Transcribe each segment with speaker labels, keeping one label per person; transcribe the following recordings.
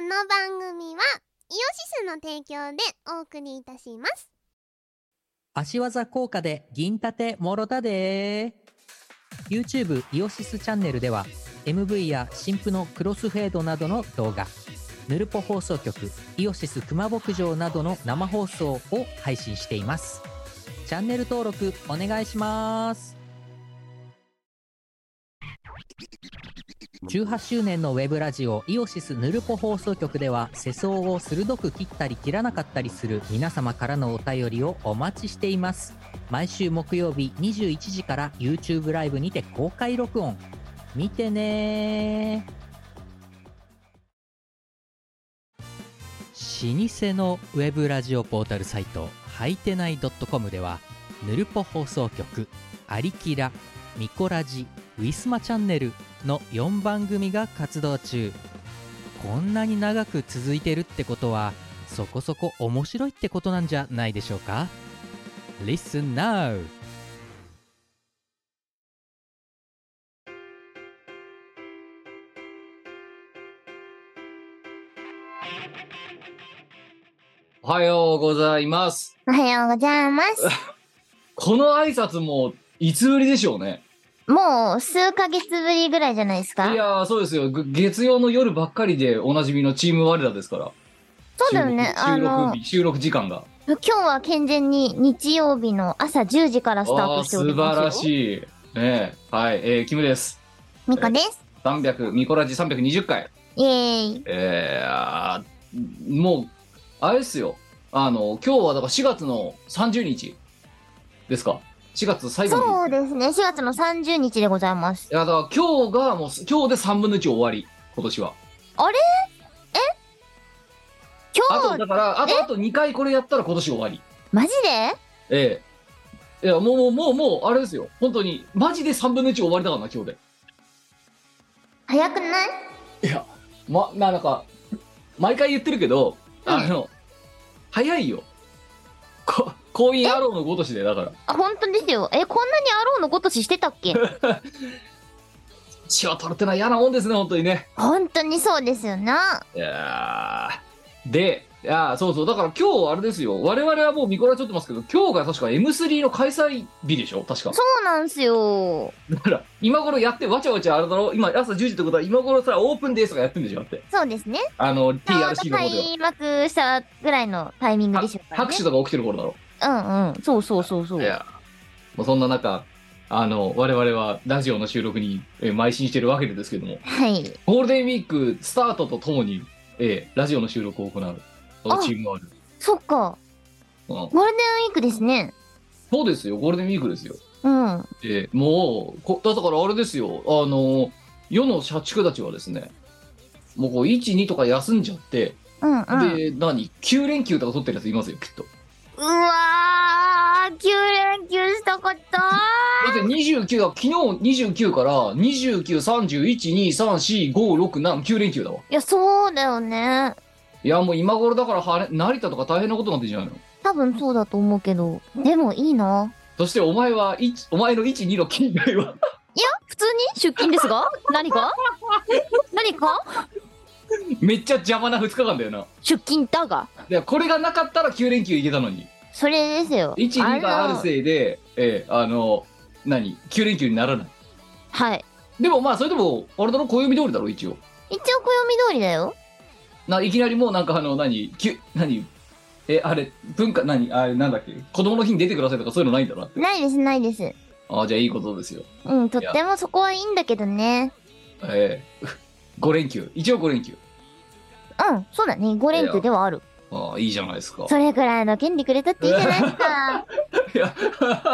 Speaker 1: の番組はイオシスの提供でお送りいたします
Speaker 2: 足技効果で銀盾もろたで YouTube イオシスチャンネルでは MV や新婦のクロスフェードなどの動画ヌルポ放送局イオシス熊牧場などの生放送を配信していますチャンネル登録お願いします18周年のウェブラジオイオシスヌルポ放送局では世相を鋭く切ったり切らなかったりする皆様からのお便りをお待ちしています毎週木曜日21時から YouTube ライブにて公開録音見てねー老舗のウェブラジオポータルサイトはいてない .com ではぬるぽ放送局「アリキラ」「ミコラジ」「ウィスマチャンネル」の4番組が活動中こんなに長く続いてるってことはそこそこ面白いってことなんじゃないでしょうか Listen now!
Speaker 3: おはようございます。
Speaker 1: おはようございます
Speaker 3: この挨拶もいつぶりでしょうね。
Speaker 1: もう数ヶ月ぶりぐらいじゃないです
Speaker 3: い
Speaker 1: か
Speaker 3: やー、そうですよ。ぐ月曜の夜ばっかりでおなじみのチーム我らですから。
Speaker 1: そうだよねあ
Speaker 3: 収録収
Speaker 1: の
Speaker 3: 録日、収録時間が。
Speaker 1: 今日は健全に日曜日の朝10時からスター
Speaker 3: あ
Speaker 1: ト
Speaker 3: ー
Speaker 1: しており
Speaker 3: 素
Speaker 1: ます
Speaker 3: 晴ら
Speaker 1: い
Speaker 3: しい。ねえ、はい、えー、キムです。
Speaker 1: みこです
Speaker 3: 300、ミコラジ320回。
Speaker 1: イエーイ
Speaker 3: えーあー、もう、あれですよ。あの、今日はだから4月の30日ですか。4月最後の日。
Speaker 1: そうですね4月の30日でございます
Speaker 3: いや、だから今日がもう、今日で3分の1終わり。今年は。あ
Speaker 1: 今
Speaker 3: と、
Speaker 1: 日
Speaker 3: だから、あと、あと2回これやったら今年終わり。
Speaker 1: マジで
Speaker 3: ええ。いや、もう、もう、もう、もう、あれですよ。本当に、マジで3分の1終わりだからな、今日
Speaker 1: 早くない
Speaker 3: で。いや、ま、な、なんか、毎回言ってるけど、あの、早いよ。こ、婚姻アローのごとしで、だから。
Speaker 1: あ本当ですよえこんなにアローのごとししてたっ け
Speaker 3: 血を取るってのは嫌なもんですね、本当にね。
Speaker 1: 本当にそうですよない
Speaker 3: やーで、いやーそうそう、だから今日、あれですよ。我々はもう見こらちょってますけど、今日が確か M3 の開催日でしょ確か。
Speaker 1: そうなんすよ
Speaker 3: だから、今頃やって、わちゃわちゃあれだろ今、朝10時ってことは、今頃さ、オープンデーとかやってんでしょだって。
Speaker 1: そうですね
Speaker 3: あ
Speaker 1: ちょう
Speaker 3: の、
Speaker 1: ど
Speaker 3: TRC の方では。
Speaker 1: 開幕したぐらいのタイミング
Speaker 3: は
Speaker 1: でしょうからね
Speaker 3: 拍手とか起きてる頃だろ
Speaker 1: うんうんそうそうそうそう
Speaker 3: いや、もうそんな中、あの、我々はラジオの収録に、えー邁進してるわけですけども、
Speaker 1: はい
Speaker 3: ゴールデンウィークスタートとともに、えーラジオの収録を行う、
Speaker 1: あ
Speaker 3: チームがある。
Speaker 1: そっか
Speaker 3: うん
Speaker 1: ゴールデンウィークですね
Speaker 3: そうですよ、ゴールデンウィークですよ。
Speaker 1: うん
Speaker 3: えーもうこ、だからあれですよ、あの、世の社畜たちはですね、もうこう、1、2とか休んじゃって、
Speaker 1: うんうん
Speaker 3: で、何 ?9 連休とか取ってるやついますよ、きっと。
Speaker 1: うわー9連休したかった
Speaker 3: だって29が、昨日29から29、30、1、2、3、4、5、6、7、9連休だわ。
Speaker 1: いやそうだよね
Speaker 3: いや、もう今頃だから晴れ、成田とか大変なことになってんじゃないの
Speaker 1: 多分そうだと思うけどでもいいな
Speaker 3: そしてお前は、一お前の1、2の近代は、
Speaker 1: 普通に出勤ですが何か何か
Speaker 3: めっちゃ邪魔な2日間だよな。
Speaker 1: 出勤だが
Speaker 3: で、これがなかったら9連休いけたのに。
Speaker 1: それですよ
Speaker 3: 1、2があるせいで、ええあの、何 ?9 連休にならない。
Speaker 1: はい
Speaker 3: でもまあ、それでも、あれだろ、暦通りだろ、一応。
Speaker 1: 一応暦通りだよ
Speaker 3: ないきなりもうなんかあの、何きゅ何え、あれ、文化、何あれ、なんだっけ子供の日に出てくださいとかそういうのないんだな。
Speaker 1: ないですないです
Speaker 3: ああ、じゃあいいことですよ。
Speaker 1: うんとってもそこはいいんだけどね
Speaker 3: え え5連休。一応5連休。
Speaker 1: うんそうだね5連休ではある
Speaker 3: ああ、いいじゃないです か。
Speaker 1: それくらいの権利くれたっていいじゃないです かあ
Speaker 3: いや、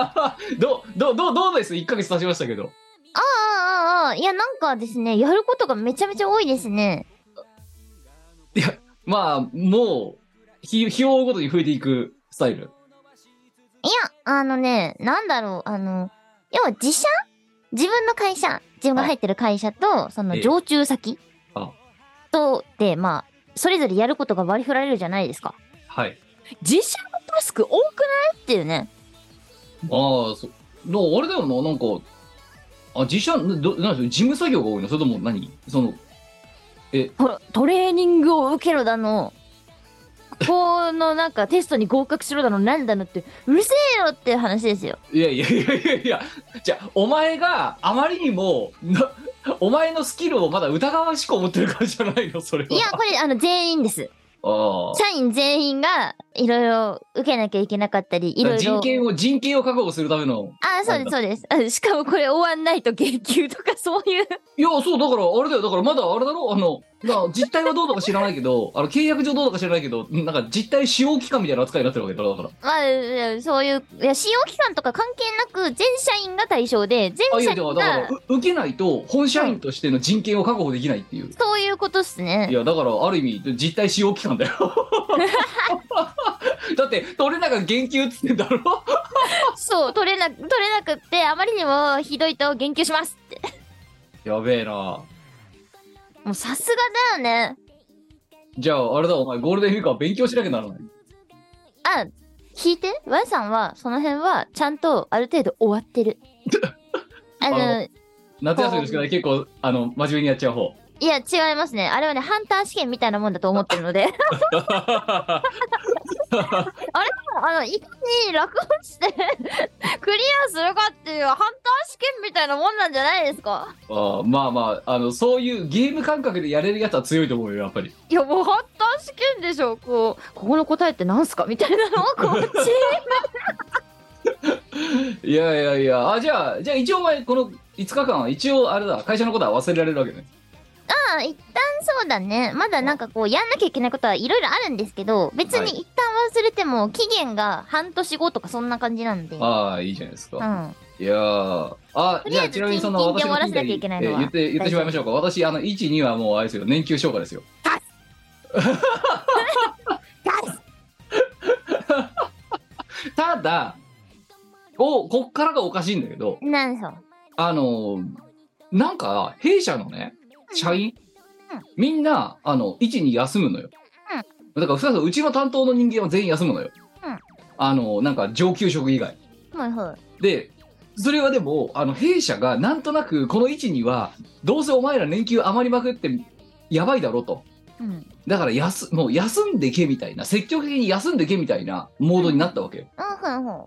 Speaker 3: どう、どう、どう、どうです ?1 ヶ月経ちましたけど。
Speaker 1: あああいやなんかですねやることがめちゃめちゃ多いですね
Speaker 3: まあ、もう、日、日を追うごとに増えていくスタイル。
Speaker 1: いやあのねなんだろうあの要は自社自分の会社自分が入ってる会社とそ
Speaker 3: え
Speaker 1: の
Speaker 3: え
Speaker 1: 常駐先
Speaker 3: あ
Speaker 1: とでまあそれぞれやることが割り振られるじゃないですか
Speaker 3: はい。
Speaker 1: 自社のタスク多くないっていうね
Speaker 3: ああ、そう。のあれだよな、なんか、あ、自社、ど、なんでしょう事務作業が多いのそれとも何その、ええ
Speaker 1: ほら、トレーニングを受けろだの、このなんかテストに合格しろだの、なんだのって、うるせえよって話ですよ。
Speaker 3: いやいやいやいやいやじゃあお前があまりにもなお前のスキルをまだ疑わしく思ってるからじゃないのそれはい
Speaker 1: や、これ、あの、全員です。
Speaker 3: ああ
Speaker 1: 社員全員が、いろいろ受けなきゃいけなかったり、いろいろ
Speaker 3: 人。権を人権を確保するための
Speaker 1: あ、そうです、そうですあ。しかもこれ終わんないと減給とかそういう。
Speaker 3: いやそうだからあれだよだからまだあれだろあのな実態はどうとか知らないけどあの契約上どうとか知らないけどなんか実態使用期間みたいな扱いになってるわけだろだから
Speaker 1: まあ、いやそういう、いや、使用期間とか関係なく、全社員が対象で、
Speaker 3: あ
Speaker 1: 全
Speaker 3: い
Speaker 1: 社
Speaker 3: やだか
Speaker 1: 員
Speaker 3: らだか
Speaker 1: が、
Speaker 3: らう受けないと本社員としての人権を確保できないっていう、
Speaker 1: そういうことっす
Speaker 3: い
Speaker 1: ね。
Speaker 3: やだからある意味実態使用期間だよだって取れなが言及っつってんだろ
Speaker 1: そう、取れな、取れなくって、あまりにもひどいと減給しますって。
Speaker 3: やべえな
Speaker 1: もうさすがだよね。
Speaker 3: じゃああれだお前ゴールデンウィークは勉強しなきゃならない
Speaker 1: あ、聞いて。ワンさんは、その辺は、ちゃんとある程度終わってる。あ
Speaker 3: あ
Speaker 1: の、
Speaker 3: 夏休みの宿題結構あの真面目にやっちゃう方
Speaker 1: いや、違いますね。あれはね、ハンター試験みたいなもんだと思ってるので。 あの、いかに楽をして 、クリアするかっていう、ハンター試験みたいなもんなんじゃないですか
Speaker 3: あまあまああのそういうゲーム感覚でやれるやつは強いと思うよやっぱり
Speaker 1: いや、もうハンター試験でしょ。こう、ここの答えってなんすかみたいなのを、こう、チ
Speaker 3: いやいやいやあじゃあじゃあ一応お前この5日間は一応あれだ会社のことは忘れられるわけね
Speaker 1: まあ一旦そうだねまだなんかこうやんなきゃいけないことはいろいろあるんですけど別
Speaker 3: はい
Speaker 1: に一旦忘れても期限が半年後とかそんな感じなんで、
Speaker 3: ああいいじゃないですか、
Speaker 1: うん、
Speaker 3: いやーあ
Speaker 1: とり
Speaker 3: じゃ
Speaker 1: あえ
Speaker 3: あ
Speaker 1: ず
Speaker 3: ちなみにその
Speaker 1: 近々
Speaker 3: 私
Speaker 1: 終わ
Speaker 3: が
Speaker 1: らせ
Speaker 3: 聞いた
Speaker 1: なきゃい
Speaker 3: り
Speaker 1: けない
Speaker 3: え
Speaker 1: のは
Speaker 3: 言って言ってしまいましょうか私あの12はもうあれですよ年休消化ですよ ただおこっからがおかしいんだけど
Speaker 1: なんでしょう
Speaker 3: あのなんか弊社のね社員、
Speaker 1: うん
Speaker 3: みんなあの1に休むのよ、だからふさふさうちの担当の人間は全員休むのよ、
Speaker 1: うん
Speaker 3: あのなんか上級職以外
Speaker 1: はいはい
Speaker 3: でそれはでもあの弊社がなんとなくこの位置にはどうせお前ら年休余りまくってやばいだろと
Speaker 1: うん
Speaker 3: だからやすもう休んでけみたいな積極的に休んでけみたいなモードになったわけよ、
Speaker 1: うんうんうん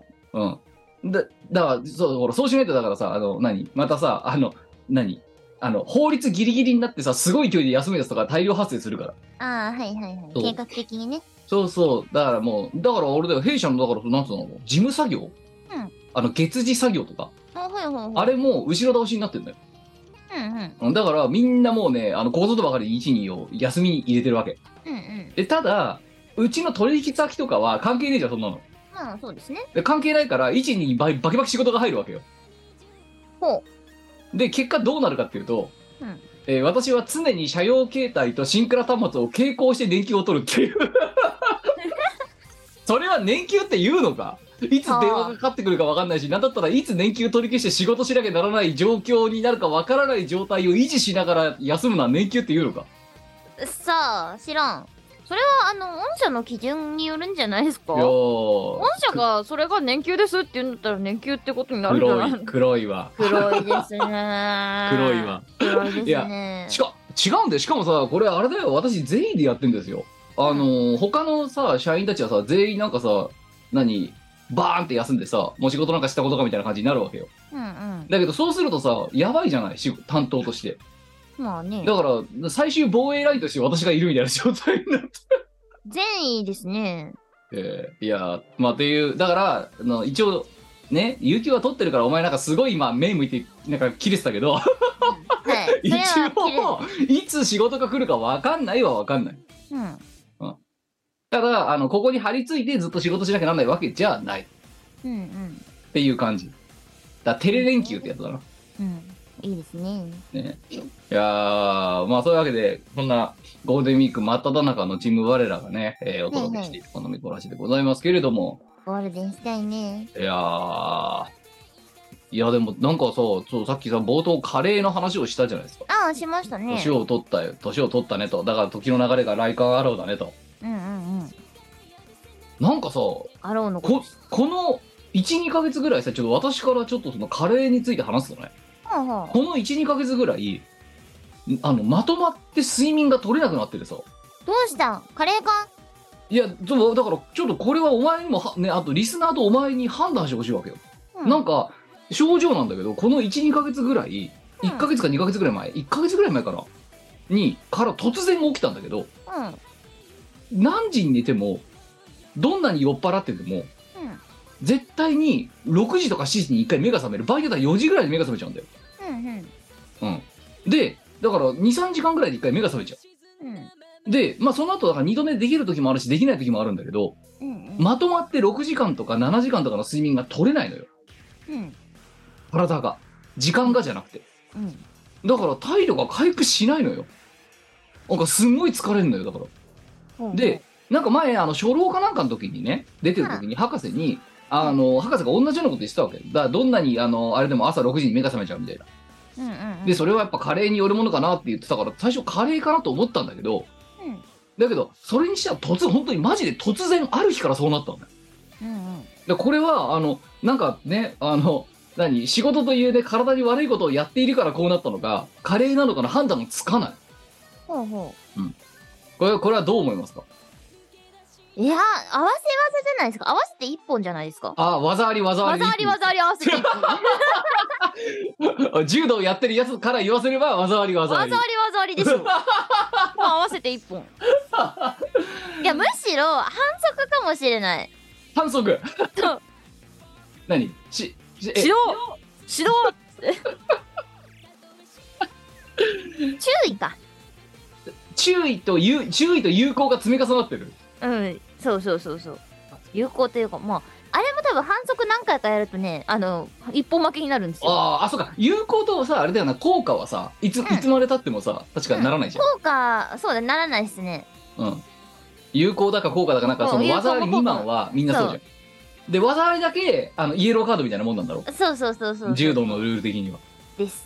Speaker 3: うん、だだからそうほらそうしないとだからさあの何またさあの何あの法律ギリギリになってさすごい勢いで休むやつとか大量発生するから
Speaker 1: ああはいはいはい
Speaker 3: そう
Speaker 1: 計画的にね
Speaker 3: そうそうだからもうだから俺だよ弊社のだからなんつうの事務作業、
Speaker 1: うん
Speaker 3: あの月次作業とか
Speaker 1: あはいはいはい
Speaker 3: あれも後ろ倒しになってんだよ
Speaker 1: うんうん
Speaker 3: うんだからみんなもうね、あの、ここぞとばかりに1、2を休みに入れてるわけ。
Speaker 1: うんうん
Speaker 3: で、ただ、うちの取引先とかは関係ねえじゃん、そんなの。
Speaker 1: まあそうですね
Speaker 3: で関係ないから、1、2にババキバキ仕事が入るわけよ。
Speaker 1: ほ
Speaker 3: で、結果どうなるかっていうと、
Speaker 1: うん
Speaker 3: えー私は常に車用携帯とシンクラ端末を携行して年休を取 るっていう。それは年休って言うのかいつ電話がかかってくるか分かんないし、なんだったらいつ年休取り消して仕事しなきゃならない状況になるか分からない状態を維持しながら休むのは年休って言うのか
Speaker 1: うさあ知らんそれはあの御社の基準によるんじゃないですか
Speaker 3: いやー
Speaker 1: 御社がそれが年休ですって言うんだったら年休ってことになるんじゃ
Speaker 3: 黒
Speaker 1: ない
Speaker 3: い黒いわ
Speaker 1: 黒いですね
Speaker 3: 黒いわ
Speaker 1: 黒いです
Speaker 3: いや
Speaker 1: ね
Speaker 3: しか違うんでしかもさこれあれだよ私全員でやってんですよあのー他のさ社員たちはさ全員なんかさ何バーンって休んでさもう仕事なんかしたことかみたいな感じになるわけよ
Speaker 1: うんうん
Speaker 3: だけどそうするとさやばいじゃない仕事担当として
Speaker 1: まあね
Speaker 3: だから最終防衛ラインとして私がいるみたいな 状態になって、
Speaker 1: 善意ですね
Speaker 3: えーいやーまあっていうだからあの一応ね有給は取ってるからお前なんかすごい今目向いてなんか切れてたけど
Speaker 1: はい
Speaker 3: 一
Speaker 1: それは切れ
Speaker 3: 応いつ仕事が来るか分かんないは分かんない
Speaker 1: うん
Speaker 3: ただあのここに張り付いてずっと仕事しなきゃなんないわけじゃないっ
Speaker 1: うんうん
Speaker 3: ていう感じだテレ連休ってやつだな、
Speaker 1: うんいいですね
Speaker 3: ね、いやーまあそういうわけでこんなゴールデンウィーク真っ只中のチーム我らがね、えーお届けしているこの見こらしでございますけれども
Speaker 1: ゴールデンしたいね
Speaker 3: いやーいやでもなんかさそうさっきさ冒頭カレーの話をしたじゃないですか
Speaker 1: ああしましたね
Speaker 3: 年を取ったよ年を取ったねとだから時の流れがライカーアローだねと
Speaker 1: うんうんうん
Speaker 3: なんかさ
Speaker 1: アローの
Speaker 3: ここの12ヶ月ぐらいさちょっと私からちょっとそのカレーについて話すとね
Speaker 1: はあは
Speaker 3: この12ヶ月ぐらいあのまとまって睡眠が取れなくなっててさ
Speaker 1: どうしたんカレーか
Speaker 3: いやちょだからちょっとこれはお前にもはねあとリスナーとお前に判断してほしいわけよ、
Speaker 1: うん
Speaker 3: なんか症状なんだけどこの12ヶ月ぐらい
Speaker 1: うん
Speaker 3: 1ヶ月か2ヶ月ぐらい前1ヶ月ぐらい前かなにから突然起きたんだけど
Speaker 1: うんうん
Speaker 3: 何時に寝てもどんなに酔っ払ってても絶対に6時とか7時に1回目が覚める場合によっては4時ぐらいで目が覚めちゃうんだよ
Speaker 1: うんうん
Speaker 3: うん、でだから23時間ぐらいで1回目が覚めちゃ
Speaker 1: うん
Speaker 3: うでまあその後だから2度寝できる時もあるしできない時もあるんだけど
Speaker 1: うん
Speaker 3: まとまって6時間とか7時間とかの睡眠が取れないのよ
Speaker 1: うん
Speaker 3: 体が時間がじゃなくて
Speaker 1: うん
Speaker 3: だから体力が回復しないのよなんかすんごい疲れるのよだから
Speaker 1: ほう
Speaker 3: でなんか前あの初老かなんかの時にね出てる時に博士にあの博士が同じようなこと言ってたわけだからどんなにあのあれでも朝6時に目が覚めちゃうみたいな
Speaker 1: うんうん
Speaker 3: でそれはやっぱカレーによるものかなって言ってたから最初カレーかなと思ったんだけど
Speaker 1: うん
Speaker 3: だけどそれにしては突然本当にマジで突然ある日からそうなったのね
Speaker 1: うんうん
Speaker 3: でこれはあのなんかねあの何仕事というね体に悪いことをやっているからこうなったのかカレーなのかの判断もつかない
Speaker 1: ほうほ
Speaker 3: これこれはどう思いますか
Speaker 1: ういや合わせ技じゃないですか合わせて一本じゃないですか
Speaker 3: ああ技あり技あり
Speaker 1: 技あり技あり合わせて一本技あ
Speaker 3: あ柔道やってるやつから言わせれば技あり技あり
Speaker 1: り技ありでしょもう合わせて一 本いやむしろ反則かもしれない
Speaker 3: 反則
Speaker 1: そう
Speaker 3: 何ししえ
Speaker 1: しろしろって注意か
Speaker 3: 注意と有注意と有効が積み重なってる
Speaker 1: うんそうそうそうそう有効というかまああれも多分反則何回かやるとねあの一本負けになるんですよ
Speaker 3: あーあそうか有効とさあれだよな効果はさいつ,、
Speaker 1: ん
Speaker 3: いつまでたってもさ確かにならないじゃん、
Speaker 1: 効果そうだならないですね
Speaker 3: うん、有効だか効果だかなんかそ
Speaker 1: うん
Speaker 3: の
Speaker 1: 有効
Speaker 3: 技あり未満はみんなそうじゃんで技ありだけあのイエローカードみたいなもんなんだろ
Speaker 1: そうそうそうそう
Speaker 3: 柔道のルール的には
Speaker 1: です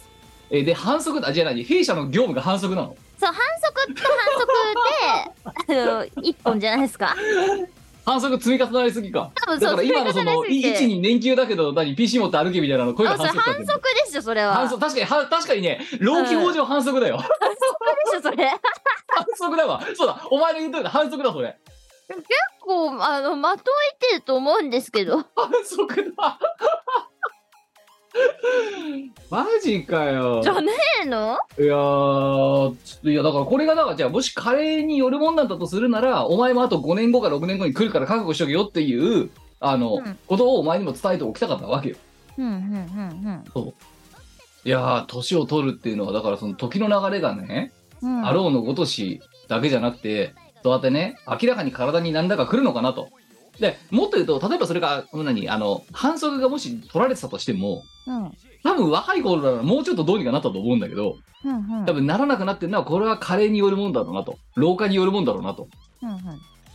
Speaker 3: えで反則だあじゃあ何弊社の業務が反則なの
Speaker 1: そう反則と反則であの一本じゃないですか
Speaker 3: 反則積み重なりすぎか
Speaker 1: 多分
Speaker 3: だ
Speaker 1: そう
Speaker 3: から今のその
Speaker 1: 積み重なりす
Speaker 3: 1
Speaker 1: ぎて
Speaker 3: に年休だけど何 PC 持って歩けみたいなのこういう
Speaker 1: あ
Speaker 3: の
Speaker 1: それ
Speaker 3: 反
Speaker 1: 反
Speaker 3: 則だけど
Speaker 1: 則でしょそれは
Speaker 3: 反則確かには確かにね労基法上反則だよ
Speaker 1: 反則でしょそれ
Speaker 3: 反則だわそうだお前の言うとりだ反則だそれ
Speaker 1: こうあのまといてると思うんですけ ど
Speaker 3: 反則 だマジかよ
Speaker 1: じゃねえの
Speaker 3: いやーちょっといやだからこれがだからじゃあもしカレーによるもんなんだとするならお前もあと5年後か6年後に来るから覚悟しとけよっていうあの、
Speaker 1: うん
Speaker 3: ことをお前にも伝えておきたかったわけよ
Speaker 1: うんうんうん
Speaker 3: いやー年を取るっていうのはだからその時の流れがね、
Speaker 1: うんうん
Speaker 3: あろうのごとしだけじゃなくてそうやってね明らかに体に何らか来るのかなとでもっと言うと例えばそれが何あの反則がもし取られてたとしても
Speaker 1: うん
Speaker 3: 多分若い頃ならもうちょっとどうにかなったと思うんだけど
Speaker 1: うんうん
Speaker 3: 多分ならなくなってるのはこれは加齢によるもんだろうなと老化によるもんだろうなと
Speaker 1: うんうん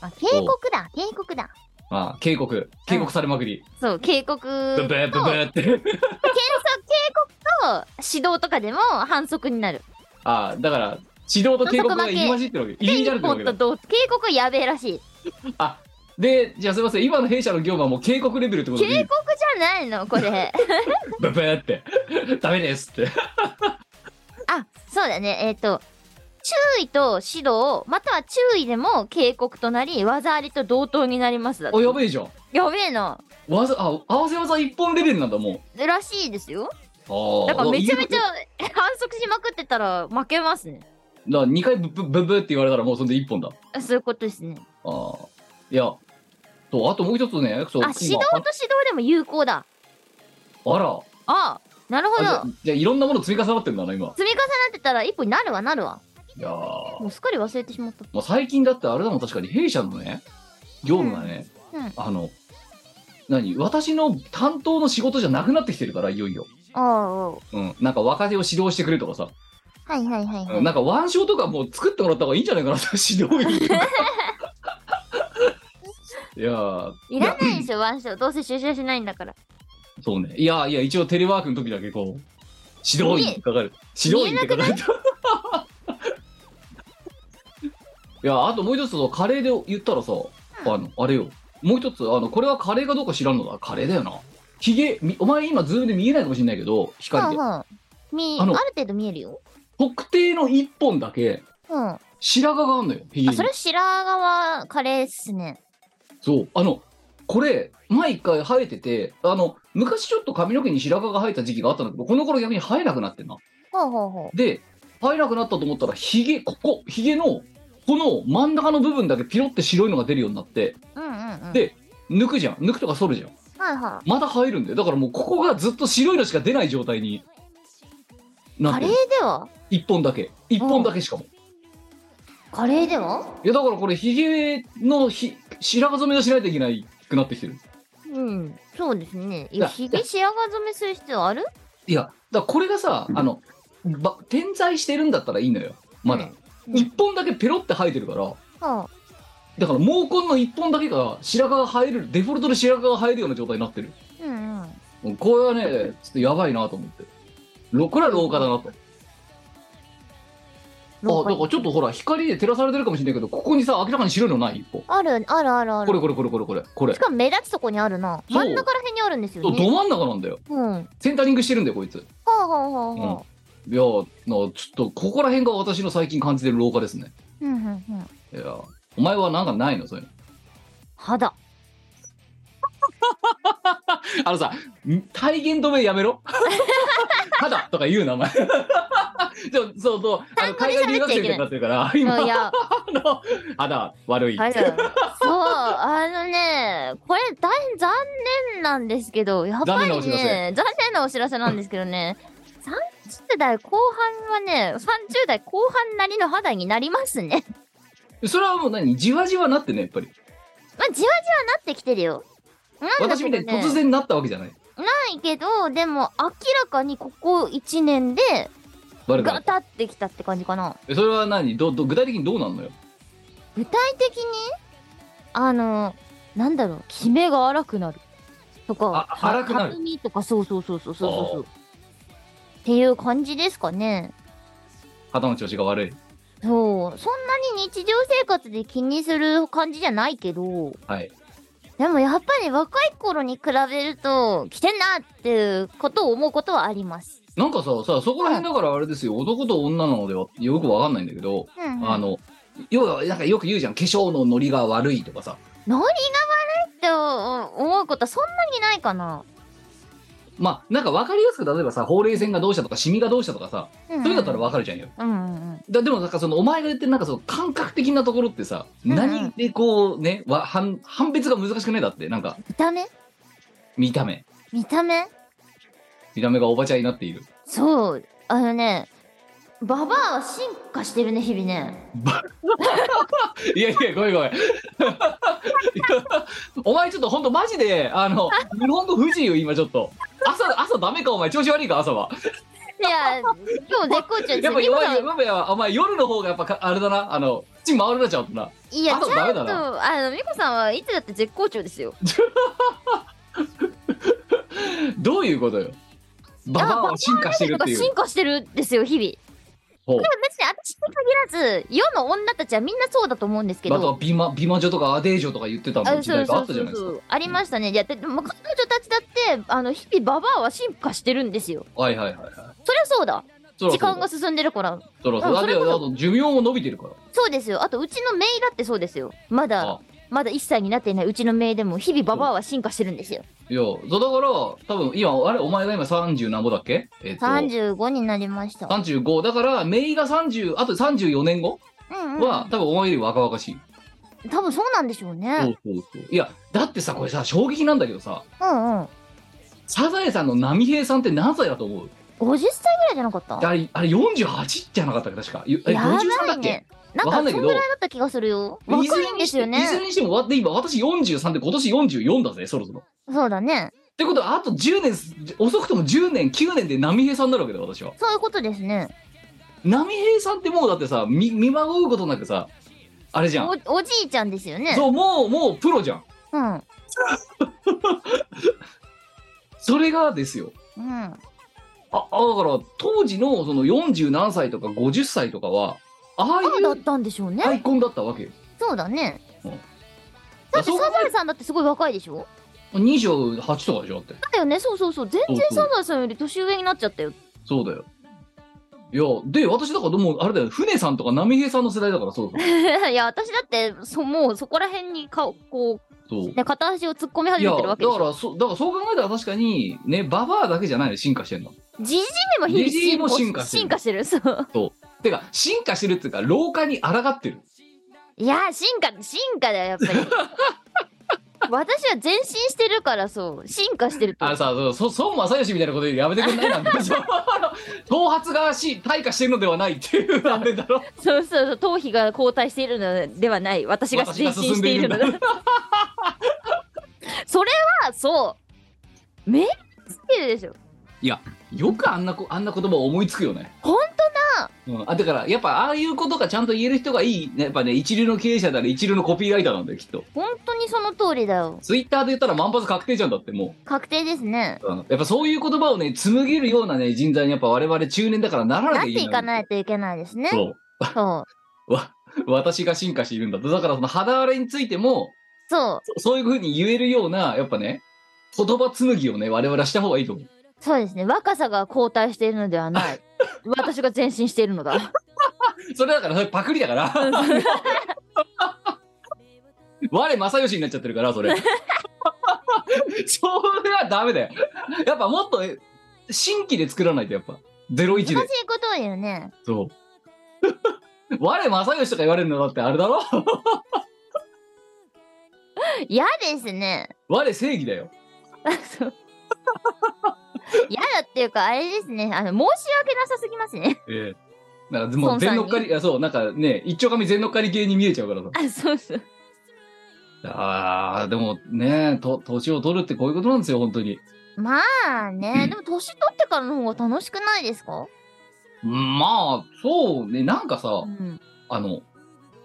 Speaker 1: あ警告だ警告だ
Speaker 3: まあ警告警告されまくり、
Speaker 1: そう警告と
Speaker 3: ブ
Speaker 1: 警
Speaker 3: ブ
Speaker 1: 告
Speaker 3: ーブブーって
Speaker 1: と指導とかでも反則になる
Speaker 3: ああだから指導と警告が入り混じってるわけ入り
Speaker 1: で一
Speaker 3: 乱れてるわけ
Speaker 1: 本
Speaker 3: だ
Speaker 1: と同警告はやべえらしい
Speaker 3: あでじゃあすいません今の弊社の業務はもう警告レベルってことでい
Speaker 1: 警
Speaker 3: い
Speaker 1: 告じゃないのこれ
Speaker 3: ブブーって ダメで すって
Speaker 1: あそうだねえっ、と注意と指導または注意でも警告となり技ありと同等になりますだって
Speaker 3: おやべえじゃん
Speaker 1: やべえな
Speaker 3: わざあ合わせ技一本レベルなんだも
Speaker 1: らしいですよ
Speaker 3: うああ
Speaker 1: だからめちゃめちゃ
Speaker 3: だ
Speaker 1: 反則しまくってたら負けますね
Speaker 3: から2回ブブブブーって言われたらもうそんで一本だ
Speaker 1: そういうことですね
Speaker 3: ああいやとあともう一つねそう
Speaker 1: あ指導と指導
Speaker 3: 今
Speaker 1: でも有効だ
Speaker 3: あら
Speaker 1: あなるほ
Speaker 3: あ
Speaker 1: ど
Speaker 3: じ
Speaker 1: 積
Speaker 3: ゃあじゃあいろんなもの積み重なってんだな今
Speaker 1: み重なってたら一歩になるわなるわ
Speaker 3: いやー
Speaker 1: もうすっかり忘れてしまった
Speaker 3: もう最近だってあれだもん確かに弊社のね業務がね、
Speaker 1: うんうん
Speaker 3: あの何私の担当の仕事じゃなくなってきてるからいよいよ、
Speaker 1: ああは
Speaker 3: うん、なんか若手を指導してくれとかさ、
Speaker 1: いはいはい
Speaker 3: うんなんか腕章とかもう作ってもらった方がいいんじゃないかな って指導員 いやー
Speaker 1: いらないでしょワンショーどうせ出社しないんだから
Speaker 3: そうねいやいや一応テレワークの時だけこう指導員ってかかる指導員ってかかる いやあともう一つそのカレーで言ったらさあのあれよもう一つあのこれはカレーかどうか知らんのだカレーだよなひげみお前今ズームで見えないかもしれないけど光で
Speaker 1: はあはあみ
Speaker 3: あ
Speaker 1: あ
Speaker 3: の
Speaker 1: る程度見えるよ
Speaker 3: 特定の一本だけ
Speaker 1: うん。あ、
Speaker 3: 白髪があるのよひげに
Speaker 1: それ白髪はカレーっすね。
Speaker 3: そうあのこれ前一回生えててあの昔ちょっと髪の毛に白髪が生えた時期があったんだけどこの頃逆に生えなくなってんな
Speaker 1: ほうほうほ
Speaker 3: で生えなくなったと思ったらひげここひげのこの真ん中の部分だけピロって白いのが出るようになって
Speaker 1: う。うんうんうん。
Speaker 3: で抜くじゃん抜くとか剃るじゃん
Speaker 1: はいは
Speaker 3: まだ生えるんだよだからもうここがずっと白いのしか出ない状態に
Speaker 1: い。
Speaker 3: なっ
Speaker 1: カ
Speaker 3: て
Speaker 1: レ
Speaker 3: る
Speaker 1: ーでは
Speaker 3: 一本だけ一本だけしかも、
Speaker 1: カレーではい
Speaker 3: やだからこれひげのひ白髪染めがしないといけないくなってきてる
Speaker 1: うん。そうですね。い
Speaker 3: いや
Speaker 1: や、ひげ白髪染めする必要ある
Speaker 3: いやだからこれがさあのば点在してるんだったらいいのよまだ、
Speaker 1: うん
Speaker 3: 一本だけペロって生えてるから
Speaker 1: は
Speaker 3: だから毛根の一本だけが白髪が生えるデフォルトで白髪が生えるような状態になってる
Speaker 1: あ。うんうん。
Speaker 3: もうこれはねちょっとやばいなと思ってろこれは老化だなと
Speaker 1: 廊
Speaker 3: あ
Speaker 1: 下
Speaker 3: だからちょっとほら光で照らされてるかもしれないけどここにさ明らかに白いのない一本
Speaker 1: あるあるあるあ
Speaker 3: これ
Speaker 1: る。
Speaker 3: これこれこれこれこれ
Speaker 1: しかも目立つとこにあるな。
Speaker 3: そう
Speaker 1: 真ん中ら辺にあるんです
Speaker 3: そ
Speaker 1: よ
Speaker 3: うど
Speaker 1: ね。
Speaker 3: 真ん中なんだよ
Speaker 1: うん。は
Speaker 3: センタリングしてるんだよこいつ
Speaker 1: あはあはあはあ。
Speaker 3: いやーなちょっとここら辺が私の最近感じてる老化ですね
Speaker 1: うんうんうん。
Speaker 3: いやーお前はなんかないのそういうの
Speaker 1: 肌。
Speaker 3: あのさん体現止めやめ ろ肌とか言うなお前 じゃあそうそうあの
Speaker 1: 単語で
Speaker 3: 海外留学生みたいになってるから
Speaker 1: いや
Speaker 3: 今
Speaker 1: い
Speaker 3: あ
Speaker 1: や、
Speaker 3: の肌悪い
Speaker 1: あれだよ。そう、あのね、これ大変残念なんですけど、やっぱり
Speaker 3: 残念なお知らせ
Speaker 1: ね、残念なお知らせなんですけどね、30代後半はね、30代後半なりの肌になりますね。
Speaker 3: それはもう何じわじわなってねやっぱり
Speaker 1: まあ、じわじわなってきてるよ。なんだ
Speaker 3: 私
Speaker 1: け
Speaker 3: み
Speaker 1: ど
Speaker 3: た
Speaker 1: ね
Speaker 3: いに突然なったわけじゃない
Speaker 1: ないけど、でも明らかにここ1年で
Speaker 3: 悪くな
Speaker 1: ガ
Speaker 3: い
Speaker 1: タってきたって感じかな。
Speaker 3: それは何どど具体的にどうなんのよ
Speaker 1: 具体的に、あの、なんだろう、キメが荒くなる。とか、
Speaker 3: あ荒くなる
Speaker 1: たたみとか、そうそうそうそうそうそうそう。っていう感じですかね。
Speaker 3: 肌の調子が悪い
Speaker 1: そう。そんなに日常生活で気にする感じじゃないけど、
Speaker 3: はい
Speaker 1: でもやっぱり若い頃に比べると、来てんなっていうことを思うことはあります。
Speaker 3: なんかささそこら辺だからあれですよ男と女なのではよくわかんないんだけど
Speaker 1: うん、うん。
Speaker 3: あの要はなんかよく言うじゃん化粧のノリが悪いとかさ
Speaker 1: ノリが悪いって思うことはそんなにないかな。
Speaker 3: まあなんか分かりやすく例えばさほうれい線がどうしたとかシミがどうしたとかさ
Speaker 1: うん
Speaker 3: そういうのだったら分かるじゃんよ
Speaker 1: うんうんうん。
Speaker 3: だでもなんかそのお前が言ってるなんかその感覚的なところってさ、
Speaker 1: んうん
Speaker 3: 何でこうねわ判判別が難しくねえだってなんか
Speaker 1: 見た目
Speaker 3: 見た目
Speaker 1: 見た目
Speaker 3: 見た目がおばちゃんになっている
Speaker 1: そう、あのね、ババアは進化してるね、日々ね。
Speaker 3: いやいやごめんごめんいやお前ちょっとほんとマジであ の日本語不自由今ちょっと朝朝ダメかお前調子悪いか朝はい
Speaker 1: や、今日絶好調です
Speaker 3: やっぱ
Speaker 1: リコ
Speaker 3: 弱
Speaker 1: さ
Speaker 3: い
Speaker 1: ん
Speaker 3: 弱いはお前夜の方がやっぱかあれだなあの口回るなちゃうとない
Speaker 1: や、
Speaker 3: あと
Speaker 1: ちゃん
Speaker 3: ダメだ
Speaker 1: と、あの、ミコさんはいつだって絶好調ですよ。
Speaker 3: どういうことよババアは進化してる
Speaker 1: と
Speaker 3: っ
Speaker 1: か
Speaker 3: ていう
Speaker 1: 進化してるんですよ、日々。
Speaker 3: ほう
Speaker 1: でも別に私に限らず、世の女たちはみんなそうだと思うんですけ
Speaker 3: あと
Speaker 1: ど。
Speaker 3: は美魔美魔女とかアデージョとか言ってたの時代があったじゃないですか
Speaker 1: う。ありましたね。いや、ででも彼女たちだって、あの、日々ババアは進化してるんですよ。
Speaker 3: はいはいはいはい
Speaker 1: そりゃそうだ。
Speaker 3: そら
Speaker 1: 時間
Speaker 3: そう
Speaker 1: が
Speaker 3: だ
Speaker 1: 進んでるから。
Speaker 3: そらそうだ
Speaker 1: うんそれ
Speaker 3: だ
Speaker 1: こ
Speaker 3: って
Speaker 1: そ
Speaker 3: あと寿命も伸びてるから
Speaker 1: そうですよ。あと、うちのメイだってそうですよ。まだ。
Speaker 3: あ
Speaker 1: まだ1歳になっていないうちのメイでも日々ババアは進化してるんですよ。
Speaker 3: いやそうだから多分今あれお前が今30何ぼだっけえっと
Speaker 1: 35になりました。
Speaker 3: 35だからメイが30あと34年後
Speaker 1: うんうん。
Speaker 3: は、多分お前より若々しい、
Speaker 1: 多分そうなんでしょうね。
Speaker 3: そうそうそういやだってさこれさ衝撃なんだけどさ
Speaker 1: うんうん。
Speaker 3: サザエさんの波平さんって何歳だと思う
Speaker 1: 50歳ぐらいじゃなかった
Speaker 3: あれあれ48じゃなかったっけ確かゆえ
Speaker 1: やば
Speaker 3: 53だ
Speaker 1: い
Speaker 3: っけ
Speaker 1: ね。なん
Speaker 3: わかんな
Speaker 1: か
Speaker 3: い
Speaker 1: そんぐ
Speaker 3: けど
Speaker 1: らいだった気がするよ。若いんですよ
Speaker 3: いずれ
Speaker 1: ね。
Speaker 3: にしてもわで今私43で今年44だぜそろそろ
Speaker 1: そうだね。
Speaker 3: ってことはあと10年遅くとも10年9年で波平さんになるわけだよ私は
Speaker 1: そういうことですね。
Speaker 3: 波平さんってもうだってさ見見まごうことなくさあれじゃん
Speaker 1: おおじいちゃんですよね。
Speaker 3: そうもうもうプロじゃん
Speaker 1: うん。うん。
Speaker 3: それがですよああだから当時のその40何歳とか50歳とかはああ
Speaker 1: そうだっ
Speaker 3: いう
Speaker 1: たんでしょうね。
Speaker 3: アイコンだったわけよ
Speaker 1: そうだね。だ
Speaker 3: だ
Speaker 1: って
Speaker 3: そ
Speaker 1: サ
Speaker 3: う考
Speaker 1: ザエさんだってすごい若いでしょ
Speaker 3: え28とかでしょだって
Speaker 1: だよね。そうそうそう。全然
Speaker 3: そうそう
Speaker 1: サザエさんより年上になっちゃったよ。
Speaker 3: そうだよいや、で、私だからもう、あれだよ、船さんとか波平さんの世代だから、そう だ。
Speaker 1: いや、私だって、そ、もうそこら辺にか、こ
Speaker 3: そう
Speaker 1: う、。ね、片足を突っ込み
Speaker 3: い
Speaker 1: 始
Speaker 3: や、
Speaker 1: めてる
Speaker 3: だ
Speaker 1: わ
Speaker 3: か
Speaker 1: けでしょ。
Speaker 3: ら、そう、だからそう考えたら確かに、ね、ババアだけじゃないの、進化してんの。
Speaker 1: ジジイも日々
Speaker 3: ジジイも進化してる
Speaker 1: 進化してる。そう。
Speaker 3: てか、進化してるっていうか、老化に抗ってる。
Speaker 1: いや、進化、進化だよ、やっぱ り。私は前進してるから、そう、進化してると
Speaker 3: あのさ、そう、そ孫正義みたいなこと言うのやめてくんないなんて。 そう頭髪がし、退化してるのではないっていう、あれだろ。
Speaker 1: そうそうそう、頭皮が後退しているのではない、私が
Speaker 3: 私が
Speaker 1: 前
Speaker 3: 進
Speaker 1: 進
Speaker 3: ん
Speaker 1: し
Speaker 3: で
Speaker 1: て
Speaker 3: い
Speaker 1: い
Speaker 3: る
Speaker 1: る
Speaker 3: んだ
Speaker 1: のだ。 それは、そう、目つけるでしょ。
Speaker 3: よくあんなこ、あんな言葉思いつくよね。
Speaker 1: ほん
Speaker 3: うん、あだからやっぱああいうことがちゃんと言える人がいい、ね、やっぱね一流の経営者だり一流のコピーライターなんだよきっと
Speaker 1: 本当にその通りだよ。
Speaker 3: ツイッターで言ったら万発確定じゃんだっても
Speaker 1: 確定ですね。
Speaker 3: う、うん、やっぱそういう言葉をね紡げるようなね人材にやっぱ我々中年だからならな
Speaker 1: なっ
Speaker 3: きゃ
Speaker 1: て
Speaker 3: いけない
Speaker 1: いかないといけないですね。
Speaker 3: そう
Speaker 1: そう。
Speaker 3: わ私が進化しているんだとだからその肌荒れについても
Speaker 1: そう。
Speaker 3: そそういうふうに言えるようなやっぱね言葉紡ぎをね我々はした方がいいと思う
Speaker 1: そうですね。若さが後退しているのでは ない。私が前進しているのだ。
Speaker 3: それだからそれパクリだから我正義になっちゃってるからそ れそれはダメだよやっぱもっとえ新規で作らないとやっぱ01
Speaker 1: 難しい
Speaker 3: で
Speaker 1: ことだよね。
Speaker 3: そう 我正義とか言われるのだってあれだろ
Speaker 1: 嫌です ね。
Speaker 3: 我正義だよ
Speaker 1: そう嫌だっていうか、あれですね。あの、申し訳なさすぎますね。
Speaker 3: ええなんかもう
Speaker 1: 孫さん
Speaker 3: 全
Speaker 1: に
Speaker 3: のっかりいやそうなんかね一丁紙全のっかり系に見えちゃうからさ
Speaker 1: あ、そうそう。
Speaker 3: あーでもねと年を取るってこういうことなんですよ本当に
Speaker 1: まあね、でも年取ってからの方が楽しくないですか
Speaker 3: まあそうねなんかさ、
Speaker 1: うん。
Speaker 3: あの、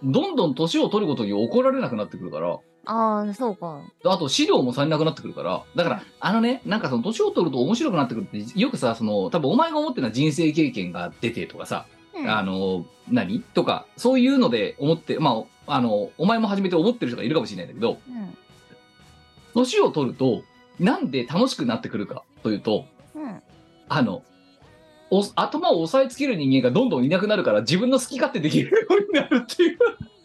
Speaker 3: どんどん年を取ることに怒られなくなってくるから、
Speaker 1: ああ、そうか。
Speaker 3: あと資料もされなくなってくるから、だから、あのね、なんかその年を取ると面白くなってくるって、よくさ、その、多分お前が思ってるのは人生経験が出てとかさ、
Speaker 1: うん、
Speaker 3: あの、何とか、そういうので思って、まあ、あの、お前も初めて思ってる人がいるかもしれないんだけど、
Speaker 1: うん。
Speaker 3: 年を取ると、なんで楽しくなってくるかというと、
Speaker 1: うん。
Speaker 3: あの、お頭を押さえつける人間がどんどんいなくなるから自分の好き勝手できるようになるっていう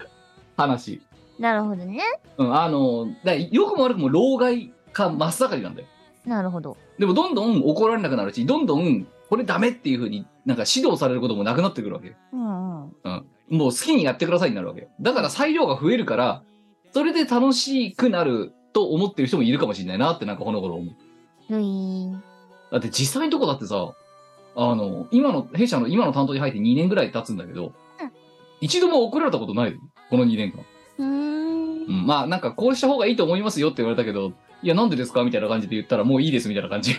Speaker 3: 話。
Speaker 1: なるほどね。
Speaker 3: うん、あの、だから良くも悪くも老害か真っ盛りなんだよ。
Speaker 1: なるほど。
Speaker 3: でもどんどん怒られなくなるし、どんどんこれダメっていうふうになんか指導されることもなくなってくるわけよ。
Speaker 1: うんうん。
Speaker 3: もう好きにやってくださいになるわけよ。だから裁量が増えるから、それで楽しくなると思ってる人もいるかもしれないなってなんかほのころ思う。
Speaker 1: ルイーン。
Speaker 3: だって実際のとこだってさ、あの、今の、弊社の今の担当に入って2年ぐらい経つんだけ
Speaker 1: う
Speaker 3: ど、
Speaker 1: ん
Speaker 3: 一度も怒られたことないよこの2年間。
Speaker 1: うーん
Speaker 3: う。ん、まあなんかこうした方がいいと思いますよって言われたけど、いやなんでですかみたいな感じで言ったらもういいですみたいな感じ。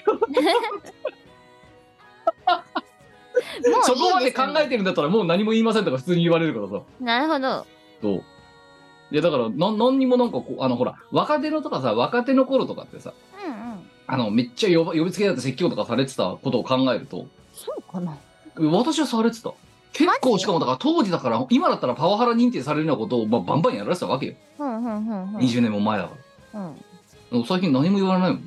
Speaker 1: もう
Speaker 3: そこまで考え
Speaker 1: て
Speaker 3: てるんだったらもう何も言いませんとか普通に言われるからさ。
Speaker 1: なるほど。
Speaker 3: そう。いやだからな何にもなんかこう、あのほら、若手のとかさ、若手の頃とかってさ、
Speaker 1: うんうん。
Speaker 3: あのめっちゃ呼ば呼びつけられて説教とかされてたことを考えると、
Speaker 1: そうかな。
Speaker 3: 私はされてた。結構
Speaker 1: マジ
Speaker 3: しかもだから当時だから、今だったらパワハラ認定されるようなことを、まあ、バンバンやられてたわけよ。
Speaker 1: うんうんうんうん。
Speaker 3: 20年も前だか
Speaker 1: うん。
Speaker 3: ら。でも最近何も言われないもん。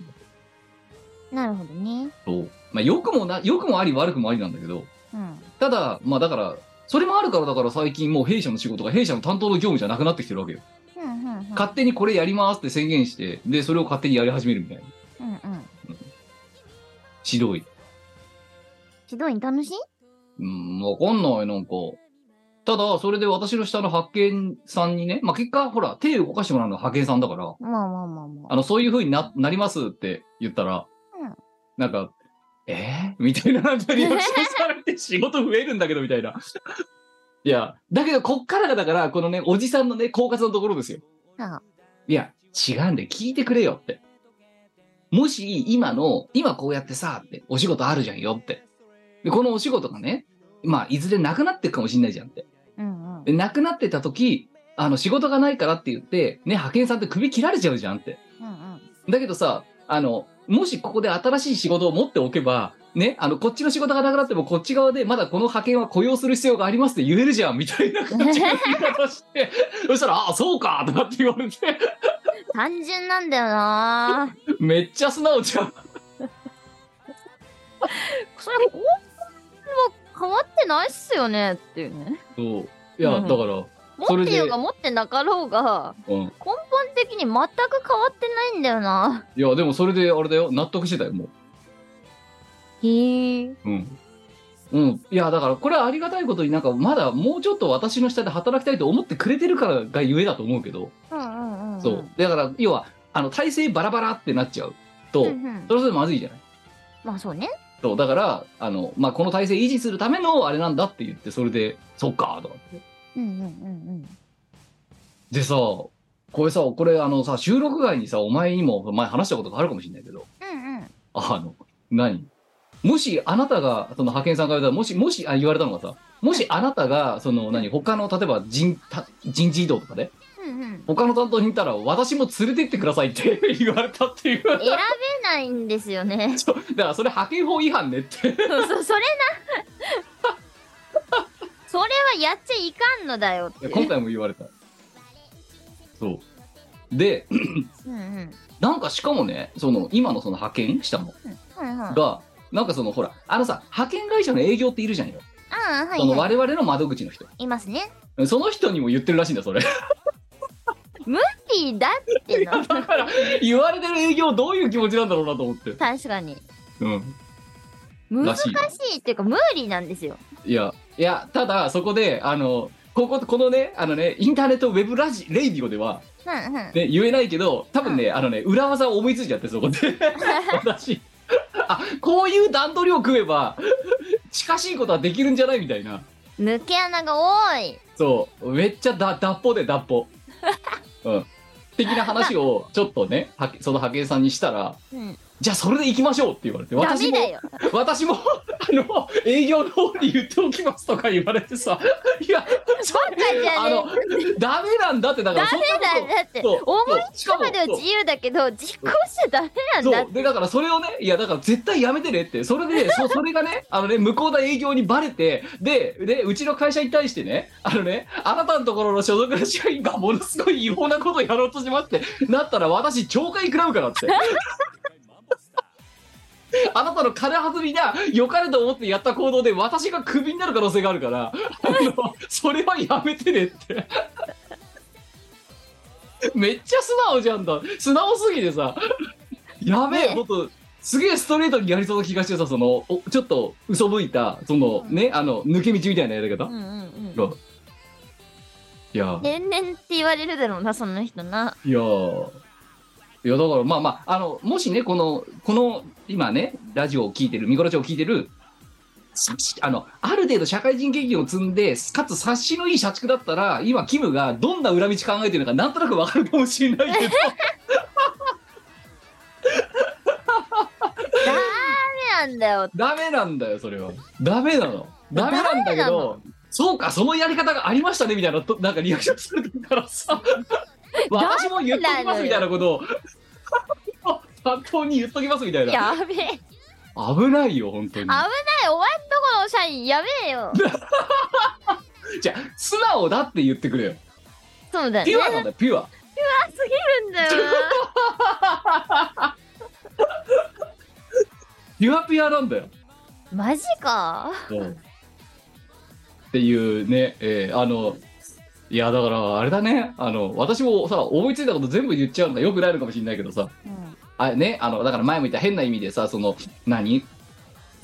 Speaker 1: なるほどね。
Speaker 3: そう。まあ良くもな、良くもあり悪くもありなんだけど、
Speaker 1: うん。
Speaker 3: ただ、まあだから、それもあるからだから最近もう弊社の仕事が弊社の担当の業務じゃなくなってきてるわけよ。
Speaker 1: うんうんうん。
Speaker 3: 勝手にこれやりますって宣言して、で、それを勝手にやり始めるみたいな。
Speaker 1: うんうん。
Speaker 3: 指導医。
Speaker 1: ひどい楽しい。
Speaker 3: うん、わかんない、なんか。ただ、それで私の下の派遣さんにね、まあ結果、ほら、手を動かしてもらうのは派遣さんだから、
Speaker 1: まあまあまあまあ。
Speaker 3: あの、そういう風にな、なりますって言ったら、
Speaker 1: うん
Speaker 3: なんか、えー、みたいな、なんかリアクションされて仕事増えるんだけど、みたいな。いや、だけど、こっからが、だから、このね、おじさんのね、狡猾のところですよ。
Speaker 1: あ
Speaker 3: いや、違うんで、聞いてくれよって。もし、今の、今こうやってさ、って、お仕事あるじゃんよって。で、このお仕事がね、まあ、いずれなくなってくかもしんないじゃんって。
Speaker 1: うんうん。
Speaker 3: で、なくなってた時、あの、仕事がないからって言って、ね、派遣さんって首切られちゃうじゃんって。
Speaker 1: うん
Speaker 3: だけどさ、あの、もしここで新しい仕事を持っておけば、ね、あの、こっちの仕事がなくなっても、こっち側でまだこの派遣は雇用する必要がありますって言えるじゃん、みたいな感じの言い方して、そしたら、ああ、そうかとかって言われて、
Speaker 1: 単純なんだよな。
Speaker 3: めっちゃ素直じゃん。
Speaker 1: それ、高校変わってないっすよねっていうね
Speaker 3: そういや、
Speaker 1: うん
Speaker 3: だから、そ
Speaker 1: 持
Speaker 3: れ
Speaker 1: っ
Speaker 3: で
Speaker 1: てようが持ってなかろうが
Speaker 3: うん、
Speaker 1: 根本的に全く変わってないんだよない
Speaker 3: やでもそれであれだよ納得してたよも
Speaker 1: へえ
Speaker 3: ううんうん、いやだからこれはありがたいことになんかまだもうちょっと私の下で働きたいと思ってくれてるからがゆえだと思うけど、
Speaker 1: うんうんうん
Speaker 3: そうだから要はあの体制バラバラってなっちゃうと、
Speaker 1: うんうん
Speaker 3: それぞれまずいじゃない
Speaker 1: まあそうね
Speaker 3: そうだからあの、まあ、この体制維持するためのあれなんだって言ってそれでそっかとかって
Speaker 1: うんうんうん
Speaker 3: でさこれさこれあのさ収録外にさお前にも前話したことがあるかもしれないけど
Speaker 1: うんうんうん
Speaker 3: あの、何もしあなたが、その派遣さんから言われたらもし、もし、あ、言われたのがさ、もしあなたが、その、何、他の、例えば人、た人事異動とかで、
Speaker 1: うんうん
Speaker 3: 他の担当にいたら、私も連れてってくださいって 言われたっていう。
Speaker 1: 選べないんですよね
Speaker 3: そうだからそれ派遣法違反ねって。
Speaker 1: そうそうそれなそれはやっちゃいかんのだよっていう
Speaker 3: 今回も言われた。そう。で、
Speaker 1: うんうん
Speaker 3: なんかしかもね、その、今のその派遣したの
Speaker 1: うんうん
Speaker 3: が、なんかその、ほら、あのさ、派遣会社の営業っているじゃんよ。
Speaker 1: ああは
Speaker 3: そ
Speaker 1: い、
Speaker 3: の
Speaker 1: は
Speaker 3: 我々の窓口の人。
Speaker 1: い、いますね。
Speaker 3: その人にも言ってるらしいんだ、それ。
Speaker 1: ピーだっての
Speaker 3: だから言われてる営業どういう気持ちなんだろうなと思って、
Speaker 1: 確かに
Speaker 3: うん、
Speaker 1: 難
Speaker 3: らし
Speaker 1: し
Speaker 3: いよ
Speaker 1: いっていうか無理なんですよ。
Speaker 3: いやいやただそこであのこここのねあのねインターネットウェブラジレイディオでは、
Speaker 1: うんうん。
Speaker 3: ね、言えないけど多分ねあのね裏技を思いついちゃってそ こで私あこういう段取りを組めば近しいことはできるんじゃないみたいな
Speaker 1: 抜け穴が多い。
Speaker 3: そうめっちゃだ脱法で脱法うん的な話をちょっとねはけその派遣さんにしたら
Speaker 1: うん、
Speaker 3: じゃあそれで行きましょうって言われて
Speaker 1: ダ
Speaker 3: 私
Speaker 1: メ
Speaker 3: も
Speaker 1: だよ。
Speaker 3: 私もあの営業の方に言っておきますとか言われてさいや
Speaker 1: バカじゃ
Speaker 3: あの
Speaker 1: ね
Speaker 3: ダメなんだってだ
Speaker 1: え。
Speaker 3: か
Speaker 1: ダ
Speaker 3: らそんなこと
Speaker 1: メだだって
Speaker 3: そ
Speaker 1: 思
Speaker 3: う
Speaker 1: いつくまでは自由だけど実行しちゃダメなんだ
Speaker 3: そ
Speaker 1: っ
Speaker 3: うでだからそれをねいやだから絶対やめてねってそれでそ それがねあのね向こうの営業にバレてででうちの会社に対してねあのねあなたのところの所属の社員がものすごい違法なことをやろうとしますってなったら私懲戒食らうからって あなたの金弾みが良かれと思ってやった行動で私がクビになる可能性があるからあのそれはやめてねって めっちゃ素直じゃんだ素直すぎてさやべえ、
Speaker 1: ねえ
Speaker 3: ほんとすげえストレートにやりそうな気がしてさそのおちょっと嘘吹いたそのねあの抜け道みたいなやり方、
Speaker 1: うんうんうん
Speaker 3: がいや
Speaker 1: 天然って言われるだろうなそんな人な。
Speaker 3: いやーいやだからまあまああのもしねこのこの今ねラジオを聞いてる見頃ちを聞いてる察しあのある程度社会人経験を積んでかつ察しのいい社畜だったら今キムがどんな裏道考えてるのかなんとなくわかるかもしれない けど
Speaker 1: ダメなんだよ。
Speaker 3: ダメなんだよそれはダメなのダメなんだ
Speaker 1: ダ
Speaker 3: け
Speaker 1: メな
Speaker 3: ど
Speaker 1: の
Speaker 3: そうかそのやり方がありましたねみたいなとなんかリアクションするから さ私も言っときますみたいなことを 担当に言っときますみたいな
Speaker 1: やべえ。危ない
Speaker 3: 危ないよ本当に
Speaker 1: お前んとこの社員やべえ よ。
Speaker 3: じゃあ素直だって言ってくれよ
Speaker 1: そうだよね。
Speaker 3: ピュアなんだよピュア
Speaker 1: すぎるんだよな。
Speaker 3: ピュアピュアなんだよ
Speaker 1: マジか。
Speaker 3: っていうね、えーあのいやだからあれだねあの私もさ思いついたこと全部言っちゃうのがよくないのかもしれないけどさ
Speaker 1: うん
Speaker 3: あねあのだから前も言った変な意味でさその何普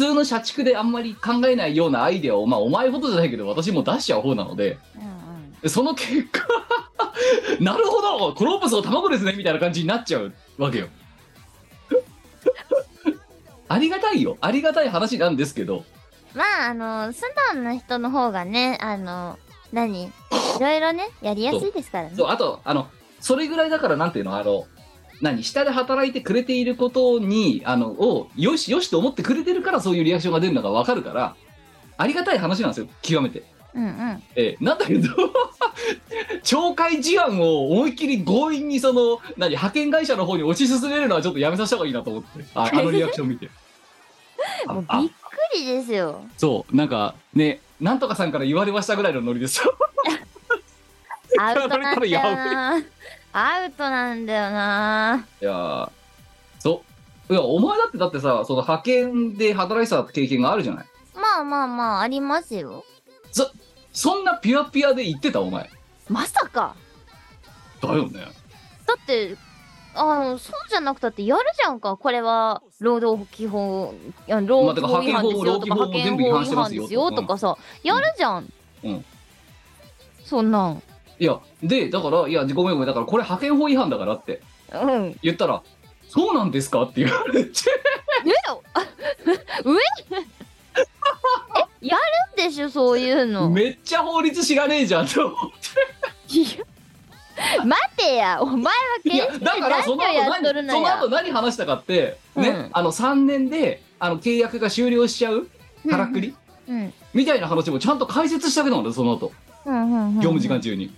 Speaker 3: 通の社畜であんまり考えないようなアイデアをまあお前ほどじゃないけど私も出しちゃう方なので
Speaker 1: うん
Speaker 3: その結果 なるほどコロンブスの卵ですねみたいな感じになっちゃうわけよありがたいよありがたい話なんですけど
Speaker 1: まああの素直な人の方がねあの何いろいろ ねやりやすいですからね
Speaker 3: そうあとあのそれぐらいだからなんていうのあの何下で働いてくれていることにあのをよしよしと思ってくれてるからそういうリアクションが出るのが分かるからありがたい話なんですよ極めて、
Speaker 1: うんうん
Speaker 3: ええなんだけど 懲戒事案を思いっきり強引にその何派遣会社の方に推し進めるのはちょっとやめさせた方がいいなと思って ああのリアクション見てあ
Speaker 1: もう
Speaker 3: あ
Speaker 1: びっくりです よ
Speaker 3: そうなんかねなんとかさんから言われましたぐらいのノリですよ
Speaker 1: アウトなんだよ
Speaker 3: やられ
Speaker 1: なアウトなんだよない
Speaker 3: やーそういやお前だってだってさその派遣で働いてた経験があるじゃない
Speaker 1: ままあまあまあ、ありますよ。
Speaker 3: そんなピュアピュアで言ってたお前
Speaker 1: まさか。
Speaker 3: だよね
Speaker 1: だって、あの、そうじゃなくたってやるじゃんか。これは、労働基本、いや労
Speaker 3: まあて
Speaker 1: 働
Speaker 3: か
Speaker 1: 法違反ですよとか、
Speaker 3: 派
Speaker 1: 派
Speaker 3: 遣
Speaker 1: 遣法
Speaker 3: 法労働基本法全部違反
Speaker 1: 違
Speaker 3: してま
Speaker 1: 反
Speaker 3: す
Speaker 1: です
Speaker 3: よ
Speaker 1: よ
Speaker 3: と
Speaker 1: とかさ、やるじゃん。
Speaker 3: うん
Speaker 1: そんなん。
Speaker 3: いやでだからいやごめんごめんだからこれ派遣法違反だからって
Speaker 1: うん。
Speaker 3: 言ったら「そうなんですか?」って言われて
Speaker 1: 上よ 上 えやるんでしょそういうの
Speaker 3: めっちゃ法律知らねえじゃんと思っ
Speaker 1: いや待てやお前は
Speaker 3: てい
Speaker 1: 研
Speaker 3: や
Speaker 1: 修
Speaker 3: だ
Speaker 1: で
Speaker 3: から
Speaker 1: 何
Speaker 3: そ
Speaker 1: を
Speaker 3: の後
Speaker 1: やっとる
Speaker 3: 何
Speaker 1: の
Speaker 3: その
Speaker 1: や
Speaker 3: 後何話したかってね、
Speaker 1: うん
Speaker 3: あの3年であの契約が終了しちゃうからくり
Speaker 1: うん
Speaker 3: みたいな話もちゃんと解説したけどんだよその後
Speaker 1: うんうんうん
Speaker 3: 業務時間中に、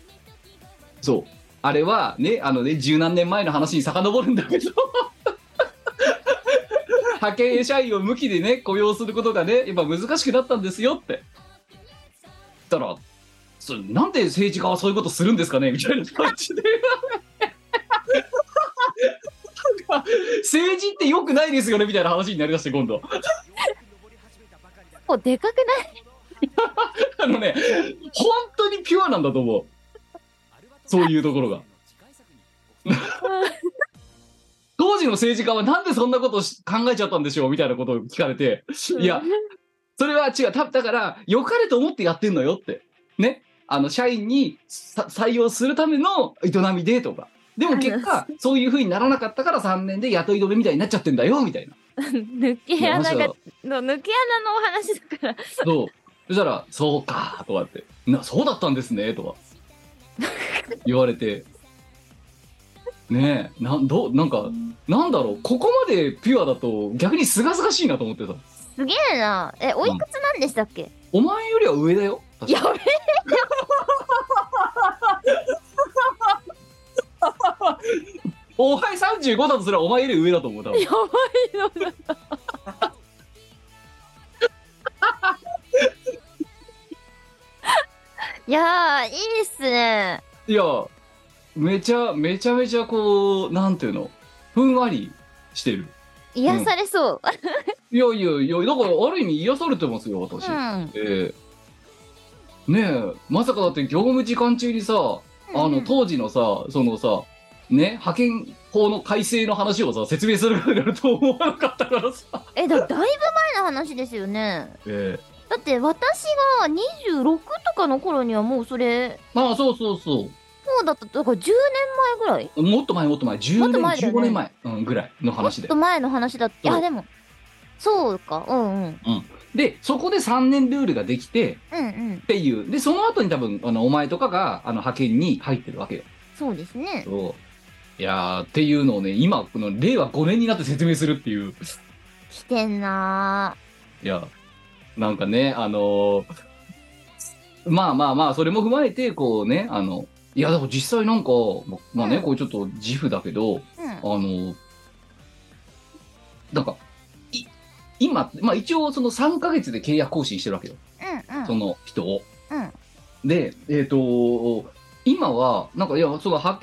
Speaker 3: そうあれはねあのね十何年前の話に遡るんだけど 派遣社員を向きでね雇用することがねやっぱ難しくなったんですよってだからそれなんで政治家はそういうことするんですかねみたいな感じで なんか政治ってよくないですよねみたいな話になりだして今度
Speaker 1: もうでかくない
Speaker 3: あのね本当にピュアなんだと思うそういうところが当時の政治家はなんでそんなことをし考えちゃったんでしょうみたいなことを聞かれて、いや、それは違う。ただから、良かれと思ってやってんのよって。ね。あの、社員にさ採用するための営みでとか。でも結果、そういうふうにならなかったから3年で雇い止めみたいになっちゃってんだよ、みたいな。
Speaker 1: 抜
Speaker 3: い
Speaker 1: け
Speaker 3: や
Speaker 1: 穴
Speaker 3: むし
Speaker 1: が
Speaker 3: ろ
Speaker 1: の抜け穴のお話だから
Speaker 3: そう。そしたら、そうか、とかって。な、そうだったんですね、と か。言われて。ねえ、なん、どう、なんか、なんだろう、ここまでピュアだと逆にすがすがしいなと思ってた。
Speaker 1: すげえなえおいくつなんでしたっけ、
Speaker 3: お前よりは上だよ。確か
Speaker 1: やべえ
Speaker 3: お前35だとそれはお前より上だと思う多分
Speaker 1: やばいのだ いやーいいっすね
Speaker 3: いやめちゃめちゃめちゃこうなんていうのふんわりしてる
Speaker 1: 癒されそう、
Speaker 3: いやいやいやだからある意味癒されてますよ私、
Speaker 1: うん、
Speaker 3: ええねえまさかだって業務時間中にさあ
Speaker 1: う
Speaker 3: の
Speaker 1: ん
Speaker 3: 当時のさそのさね派遣法の改正の話をさ説明するからると思わなかったからさ、
Speaker 1: えだだいぶ前の話ですよね
Speaker 3: ええ
Speaker 1: だって私が26とかの頃にはもうそれ
Speaker 3: まあそうそうそ
Speaker 1: もうだっただから10年前ぐらいう
Speaker 3: もっと前もっと前10
Speaker 1: もっ
Speaker 3: 年
Speaker 1: と前だよね
Speaker 3: 15年前、うん、ぐらい
Speaker 1: も
Speaker 3: の
Speaker 1: っ
Speaker 3: 話で
Speaker 1: と前の話だって
Speaker 3: そう
Speaker 1: あでもそうかうんうん
Speaker 3: でそこで3年ルールができて
Speaker 1: うんうん
Speaker 3: っていう。で、その後に多分、あの、お前とかが、あの、派遣に入ってるわけよ。
Speaker 1: そうですね
Speaker 3: いやー、っていうのをね、今、この、令和5年になって説明するっていう。
Speaker 1: 来てんない
Speaker 3: や、なんかね、あのーまあまあまあ、それも踏まえて、こうね、あの、いや、でも実際なんか、ままあね、
Speaker 1: うん
Speaker 3: これちょっと自負だけど、
Speaker 1: ー
Speaker 3: あのーなんか、い、今、まあ一応その3ヶ月で契約更新してるわけよ。
Speaker 1: うんうんう
Speaker 3: そ
Speaker 1: ん
Speaker 3: の人を。
Speaker 1: うん
Speaker 3: で、えっ、と、今は、なんか、いや、その派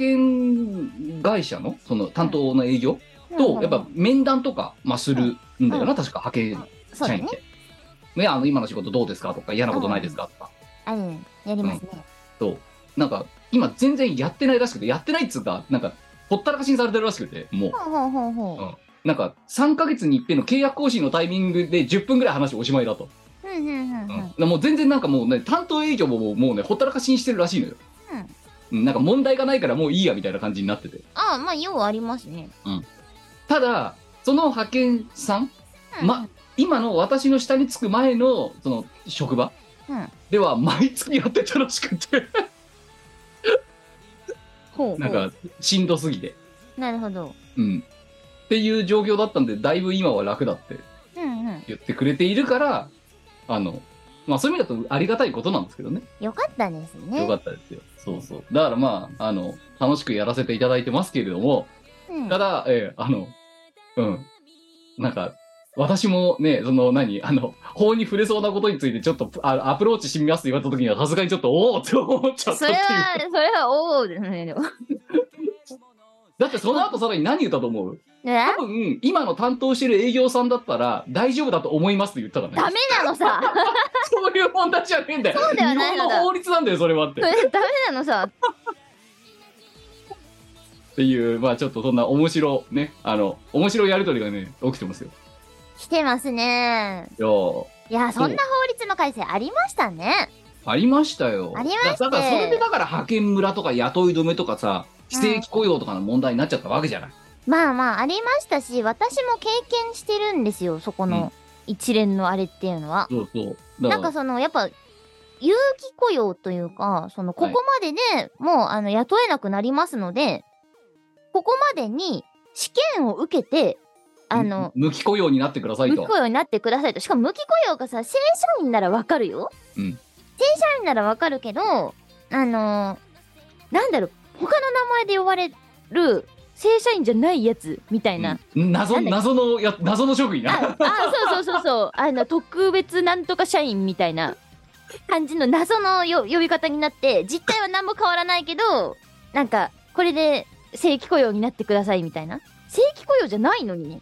Speaker 3: 遣会社の、その担当の営業と、やっぱ面談とか、まあ、するんだよな、
Speaker 1: う
Speaker 3: 確か派遣
Speaker 1: そう
Speaker 3: 社
Speaker 1: だ
Speaker 3: 員
Speaker 1: ね
Speaker 3: って。ね、あの、今の仕事どうですかとか、嫌なことないですかとか、
Speaker 1: あうんやりますね、
Speaker 3: と、なんか、今全然やってないらしくて、やってないっつうか、なんか、ほったらかしにされてるらしくて、もう、
Speaker 1: ほうほうほうほ
Speaker 3: なんか、3ヶ月に一遍の契約更新のタイミングで10分ぐらい話おしまいだと。
Speaker 1: ううんうんうんうん
Speaker 3: うん、もう全然なんかもうね担当営業ももうもうねほったらかしにしてるらしいのよ、うん、なんか問題がないからもういいやみたいな感じになってて
Speaker 1: ああまあようありますね
Speaker 3: ただその派遣さん
Speaker 1: うん
Speaker 3: ま今の私の下につく前のその職場
Speaker 1: うん
Speaker 3: では毎月やってたらしくて
Speaker 1: ほうほう
Speaker 3: なんかしんどすぎて
Speaker 1: なるほど
Speaker 3: うんっていう状況だったんでだいぶ今は楽だって
Speaker 1: うんうん
Speaker 3: 言ってくれているからあのまあそういう意味だとありがたいことなんですけどね
Speaker 1: よかったですね
Speaker 3: よかったですよそうそうだからまああの楽しくやらせていただいてますけれども
Speaker 1: うん
Speaker 3: ただ、ええあの、うん。なんか、私もね、その、何、あの、法に触れそうなことについて、ちょっとあアプローチしてみますって言われた時には、さすがにちょっと、おおって思っちゃっ
Speaker 1: そ
Speaker 3: たってい
Speaker 1: れ
Speaker 3: う。
Speaker 1: は、それは、おおですね、でも。
Speaker 3: だって、その後さらに何言ったと思う
Speaker 1: え
Speaker 3: 多分、今の担当してる営業さんだったら、大丈夫だと思いますって言ったから
Speaker 1: ダ
Speaker 3: ね。
Speaker 1: メなの さ
Speaker 3: そういう問題じゃねえんだよ。
Speaker 1: そうではない
Speaker 3: 日
Speaker 1: のだ
Speaker 3: 本の法律なんだよ、それはっ て。
Speaker 1: ダ
Speaker 3: っ
Speaker 1: メなのさ
Speaker 3: ていう、まあちょっとそんな面白、ね、あの、面白いやりとりがね、起きてますよ。
Speaker 1: 来てますね
Speaker 3: いやー
Speaker 1: いやそんな法律の改正ありましたね
Speaker 3: ありましたよ。
Speaker 1: ありました
Speaker 3: だから、それでだから派遣村とか雇い止めとかさ、非正規雇用とかの問題になっちゃったわけじゃない。
Speaker 1: まあまあありましたし私も経験してるんですよそこ
Speaker 3: うん
Speaker 1: の一連のあれっていうのは、
Speaker 3: そうそう。
Speaker 1: な
Speaker 3: だ
Speaker 1: ん
Speaker 3: か、
Speaker 1: からそのやっぱ有期雇用というかそのここまででもうあの雇えなくなりますのでここまでに試験を受けてあの
Speaker 3: 無期雇用になってください
Speaker 1: 無
Speaker 3: と
Speaker 1: 期。雇用になってくださいとしかも無期雇用がさ正社員ならわかるよ、
Speaker 3: うん
Speaker 1: 正社員ならわかるけどあのなんだろう他の名前で呼ばれる正社員じゃないやつみたいな、
Speaker 3: うん謎
Speaker 1: なんだっけ
Speaker 3: 謎のや謎の職員
Speaker 1: あ
Speaker 3: な。
Speaker 1: あそうそうそう そうあの特別なんとか社員みたいな感じの謎のよ呼び方になって実態は何も変わらないけどなんかこれで正規雇用になってくださいみたいな正規雇用じゃないのにね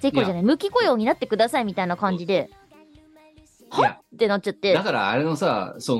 Speaker 1: 正規雇用じゃない無期雇用になってくださいみたいな感じで
Speaker 3: いや
Speaker 1: ってなっちゃって
Speaker 3: だからあれのさそ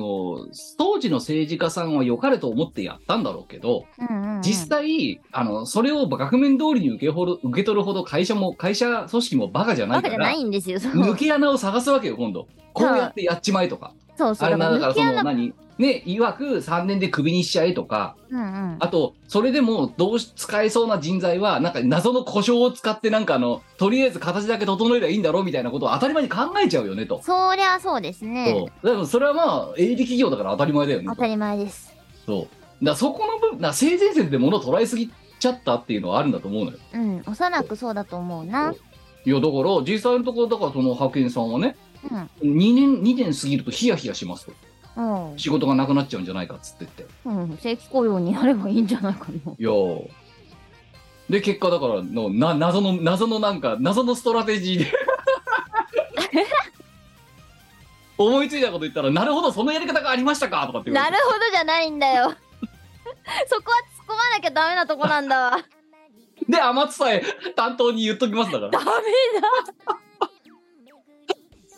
Speaker 3: の当時の政治家さんは良かれと思ってやったんだろうけど、
Speaker 1: うんうんうん
Speaker 3: 実際あのそれを額面通りに受けほど受け取るほど会社も会社組織もバカじゃない
Speaker 1: バカ
Speaker 3: か
Speaker 1: じ
Speaker 3: ら
Speaker 1: ゃないんですよそう
Speaker 3: 抜け穴を探すわけよ今度こうやってやっちまえとか、
Speaker 1: そうそう
Speaker 3: あれなだか
Speaker 1: 抜
Speaker 3: ら
Speaker 1: け
Speaker 3: その
Speaker 1: 穴
Speaker 3: 何ねいわく3年でクビにしちゃえとか
Speaker 1: うんうん
Speaker 3: あとそれでもどうし使えそうな人材はなんか謎の故障を使ってなんかあのとりあえず形だけ整えればいいんだろうみたいなことを当たり前に考えちゃうよねと。
Speaker 1: そりゃそうですね
Speaker 3: そう。でもそれはまあ、営利企業だから当たり前だよね
Speaker 1: 当。たり前です
Speaker 3: そう。だからそこの部分、だから性善説で物を捉えすぎちゃったっていうのはあるんだと思うのよ。
Speaker 1: うん幼くそうだと思うな
Speaker 3: そういや、だから、実際のところ、だからその派遣さんはね、
Speaker 1: うん
Speaker 3: 2年、2年過ぎるとヒヤヒヤしますと。
Speaker 1: うん
Speaker 3: 仕事がなくなっちゃうんじゃないかっつってって。
Speaker 1: うん、正規雇用にやればいいんじゃないかな。
Speaker 3: いやーで、結果だからの、な、謎の、謎のなんか、謎のストラテジーで。思いついたこと言ったら、なるほど、そのやり方がありましたかとかって言わ
Speaker 1: な
Speaker 3: れ
Speaker 1: る
Speaker 3: て
Speaker 1: ほどじゃないんだ よ。そこは突っ込まなきゃダメなとこなん だわ。
Speaker 3: で、天津さえ担当に言っときますだから。
Speaker 1: ダメ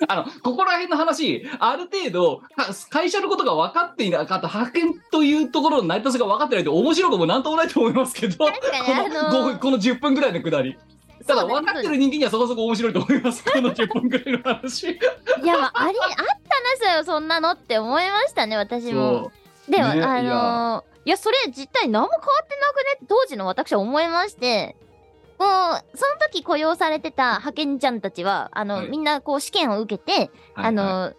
Speaker 3: あの、ここら辺の話、ある程度、か会社のことが分かっていなかった、派遣というところの成り立ちが分かってないと面白くもなんともないと思います けど、こ
Speaker 1: だ。確かに、
Speaker 3: の
Speaker 1: あ
Speaker 3: 5
Speaker 1: の
Speaker 3: 分、この10分ぐらいのくだり。ただ、
Speaker 1: そうね
Speaker 3: 分かってる人間にはそこそこ面白いと思います、この10分ぐらいの話。
Speaker 1: いや、まああり、あったなさよ、そんなのって思いましたね、私も
Speaker 3: そ。
Speaker 1: でも、
Speaker 3: ね
Speaker 1: あ
Speaker 3: い
Speaker 1: の
Speaker 3: や
Speaker 1: いや、それ実態何も変わってなくねって当時の私は思いまして、こう、その時雇用されてた派遣ちゃんたちは、あの、
Speaker 3: はい
Speaker 1: みんなこう試験を受けて、
Speaker 3: う。はい
Speaker 1: あの
Speaker 3: はい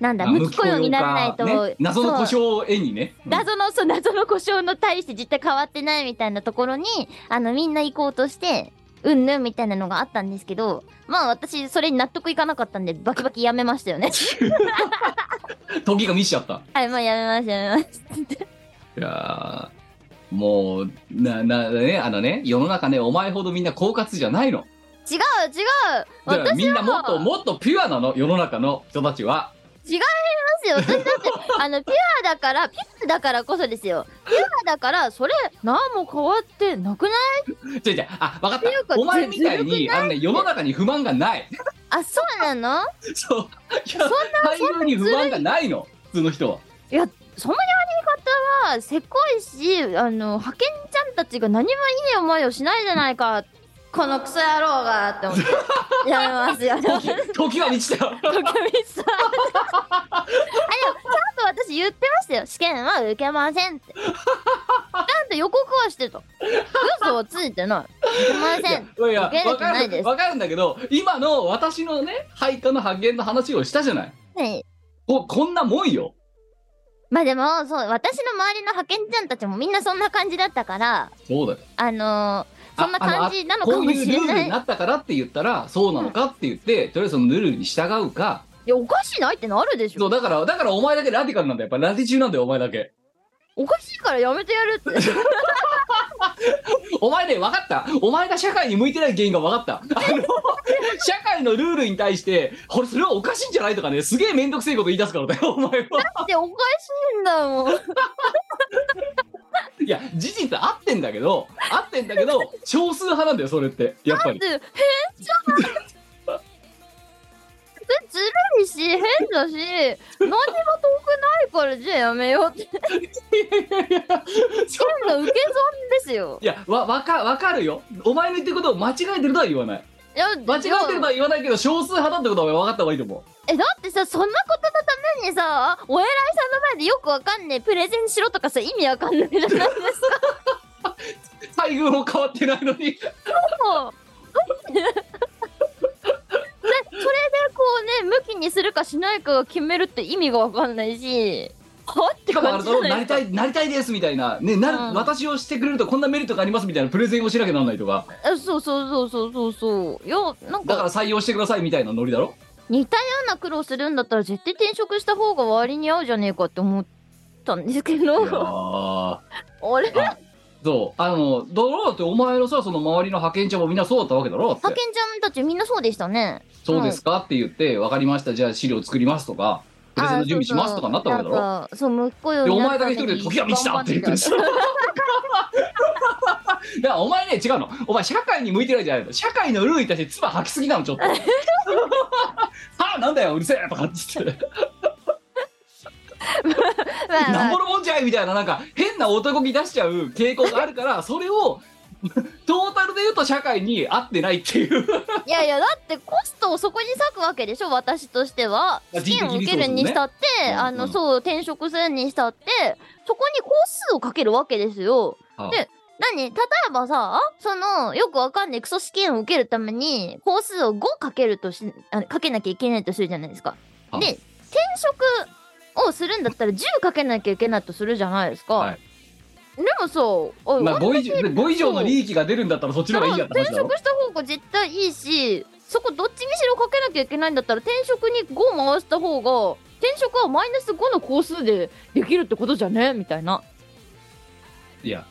Speaker 1: なんだ、
Speaker 3: あ
Speaker 1: 無期雇用にならない
Speaker 3: 無期雇
Speaker 1: と、
Speaker 3: 用かね謎の
Speaker 1: そう
Speaker 3: 故障を絵にね。うん
Speaker 1: 謎のそう謎の故障の対して実態変わってないみたいなところにあのみんな行こうとしてうんぬんみたいなのがあったんですけどまあ私それに納得いかなかったんでバキバキやめましたよ ね
Speaker 3: 時が見しちゃった。
Speaker 1: はいまあやめましたやめました
Speaker 3: いやーもう、な、な、ね、あのね、世の中ね、お前ほどみんな狡猾じゃないの。
Speaker 1: 違う違う
Speaker 3: だから
Speaker 1: 私
Speaker 3: みんなもっと
Speaker 1: は
Speaker 3: もっとピュアなの世の中の人たちは
Speaker 1: ですよ私だって あのピュアだからピュアだからこそですよピュアだからそれ何も変わってなくない
Speaker 3: じゃじゃあ分かっ
Speaker 1: っていうか
Speaker 3: たお前みたい
Speaker 1: ずずる
Speaker 3: にあのね世の中に不満がない
Speaker 1: あそうなの
Speaker 3: そうい
Speaker 1: そ
Speaker 3: や
Speaker 1: んな
Speaker 3: 大量に不満がないの普通の人は
Speaker 1: そのやり方はせこいしあの派遣ちゃんたちが何もいい思いをしないじゃないかこのクソ野郎がって思ってやめますよ
Speaker 3: 時時は満ちたよ
Speaker 1: あでもちゃんと私言ってましたよ試験は受けませんってちゃんと予告はしてた嘘はついてない受けません
Speaker 3: いや
Speaker 1: 受け入れ
Speaker 3: 分
Speaker 1: て
Speaker 3: か
Speaker 1: ないで
Speaker 3: る
Speaker 1: す
Speaker 3: 分かるんだけど今の私のね配下の発言の話をしたじゃない
Speaker 1: はい
Speaker 3: ここんなもんよ
Speaker 1: まあでもそう私の周りの派遣ちゃんたちもみんなそんな感じだったから
Speaker 3: そうだよ
Speaker 1: あのー、そんな感じなのか
Speaker 3: こう
Speaker 1: も
Speaker 3: いう
Speaker 1: し
Speaker 3: ル
Speaker 1: れ
Speaker 3: ール
Speaker 1: ない
Speaker 3: になったからって言ったらそうなのかって言って、とりあえずそのルールに従うか
Speaker 1: いやおかしいないってなるでしょ
Speaker 3: そうだからだからお前だけラディカルなんだよやっぱラディ中なんだよお前だけ
Speaker 1: おかしいからやめてやるっ て。
Speaker 3: お前ね、分かった。お前が社会に向いてない原因が分かった。あの、社会のルールに対して、これそれはおかしいんじゃないとかね、すげえめんどくせえこと言い出すからだよ、お前は。
Speaker 1: でおかしいんだもん。
Speaker 3: いや、事実合ってんだけど、合っってんだけど、少数派なんだよ、それって。やっぱり。
Speaker 1: ず、変じゃんずるいし、変だし、何が遠くないからじゃあやめようって。変な受け損ですよ。
Speaker 3: いや、わ、わか、わかるよ。お前の言ってることを間違えてるとは言わない。
Speaker 1: いや
Speaker 3: 間違えてるとは言わないけど、少数派だってことは分かった方がいいと思う。
Speaker 1: えだってさそんなことのためにさお偉いさんの前でよくわかんねえプレゼンしろとかさ意味わかんないじゃないですか
Speaker 3: 待遇も変わってないのに。
Speaker 1: もうでそれでこうね向きにするかしないかが決めるって意味がわかんないしはって
Speaker 3: しかもあ
Speaker 1: 感
Speaker 3: れ
Speaker 1: じ
Speaker 3: だ
Speaker 1: じゃな
Speaker 3: ろ、ないり
Speaker 1: ですか
Speaker 3: たい、なりたいですみたいな。ね、なる、
Speaker 1: うん
Speaker 3: 私をしてくれるとこんなメリットがありますみたいなプレゼンをしなきゃなんないとか。
Speaker 1: えそうそうそうそうそうそういやなん
Speaker 3: だから
Speaker 1: か
Speaker 3: 採用してくださいみたいなノリだろ。
Speaker 1: 似たような苦労するんだったら絶対転職した方が割に合うじゃねえかって思ったんですけ
Speaker 3: いや
Speaker 1: ど
Speaker 3: ー
Speaker 1: あれ
Speaker 3: そう。あの、だろうってお前のさ、その周りの派遣ちゃんもみんなそうだったわけだろだって
Speaker 1: 派遣ちゃんたちみんなそうでしたね
Speaker 3: そうですかって言って、わかりました、じゃあ資料作りますとか、プレゼンの準備しますとかになったわけだろ。
Speaker 1: ろそうむっこよ
Speaker 3: で、お前だけ一人で時は満ちたって言ってるでしょ。だ からお前ね、違うの。お前、社会に向いてないじゃないの。社会のルールに対して唾吐きすぎな の、ちょっと。はあ、なんだよ、うるせえとかっ つって。
Speaker 1: まあ
Speaker 3: なん
Speaker 1: ま
Speaker 3: ぼ
Speaker 1: あ
Speaker 3: のもんじゃいみたいな、なんか変な男気出しちゃう傾向があるから、それ を、トータルで言うと社会に合ってないっていう。
Speaker 1: いやいやだってコストをそこに割くわけでしょ私としては
Speaker 3: まあ
Speaker 1: 試験を受けるにしたって、
Speaker 3: ねうん
Speaker 1: あ
Speaker 3: う
Speaker 1: の
Speaker 3: ん
Speaker 1: そう転職するにしたってそこに個数をかけるわけですよ。
Speaker 3: あ
Speaker 1: で何例えばさそのよくわかんないクソ試験を受けるために個数を5かけるとしあかけなきゃいけないとするじゃないですか。
Speaker 3: は
Speaker 1: で転職をするんだったら10かけなきゃいけないとするじゃないですか。
Speaker 3: はい
Speaker 1: でもさあ
Speaker 3: まあ5以上5以上の利益が出るんだったらそっちの方がいいやって
Speaker 1: 転
Speaker 3: 話だろ
Speaker 1: 職した方が絶対いいしそこどっちにしろかけなきゃいけないんだったら転職に5回した方が転職はマイナス5の工数でできるってことじゃねみたいない
Speaker 3: や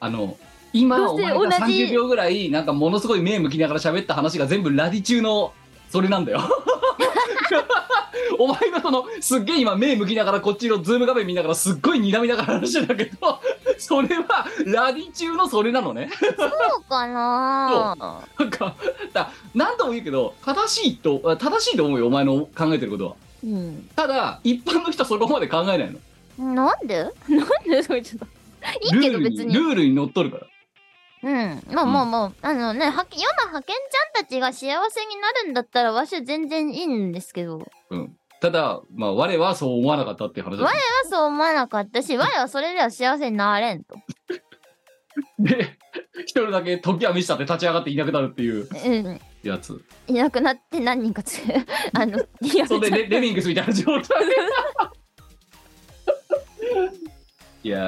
Speaker 3: あの今
Speaker 1: ど
Speaker 3: お
Speaker 1: うせ
Speaker 3: 前が
Speaker 1: 同じ
Speaker 3: 30秒ぐらいなんかものすごい目向きながら喋った話が全部ラディ中のそれなんだよ お前のそのすっげえ今目向きながらこっちのズーム画面見ながらすっごい睨みながら話してたけど それはラディ中のそれなのね
Speaker 1: そうかな
Speaker 3: なんかだ何度も言うけど正しいと正しいと思うよお前の考えてることは
Speaker 1: うん
Speaker 3: ただ一般の人はそこまで考えないの
Speaker 1: なんでなんでそ れちょっといいけど別に
Speaker 3: ルールにのっとるから
Speaker 1: うんまあまあまあ、あのね派遣世の派遣ちゃんたちが幸せになるんだったらわしは全然いいんですけ ど
Speaker 3: ただ、まあ、我はそう思わなかったっていう話だ
Speaker 1: 我はそう思わなかったし我はそれでは幸せになれんと
Speaker 3: で、一人だけ時は満ちたって立ち上がっていなくなるっていう
Speaker 1: うん
Speaker 3: やつ。
Speaker 1: いなくなって何人か つあのリアル
Speaker 3: それでレレミングスみたいな状態で。 いや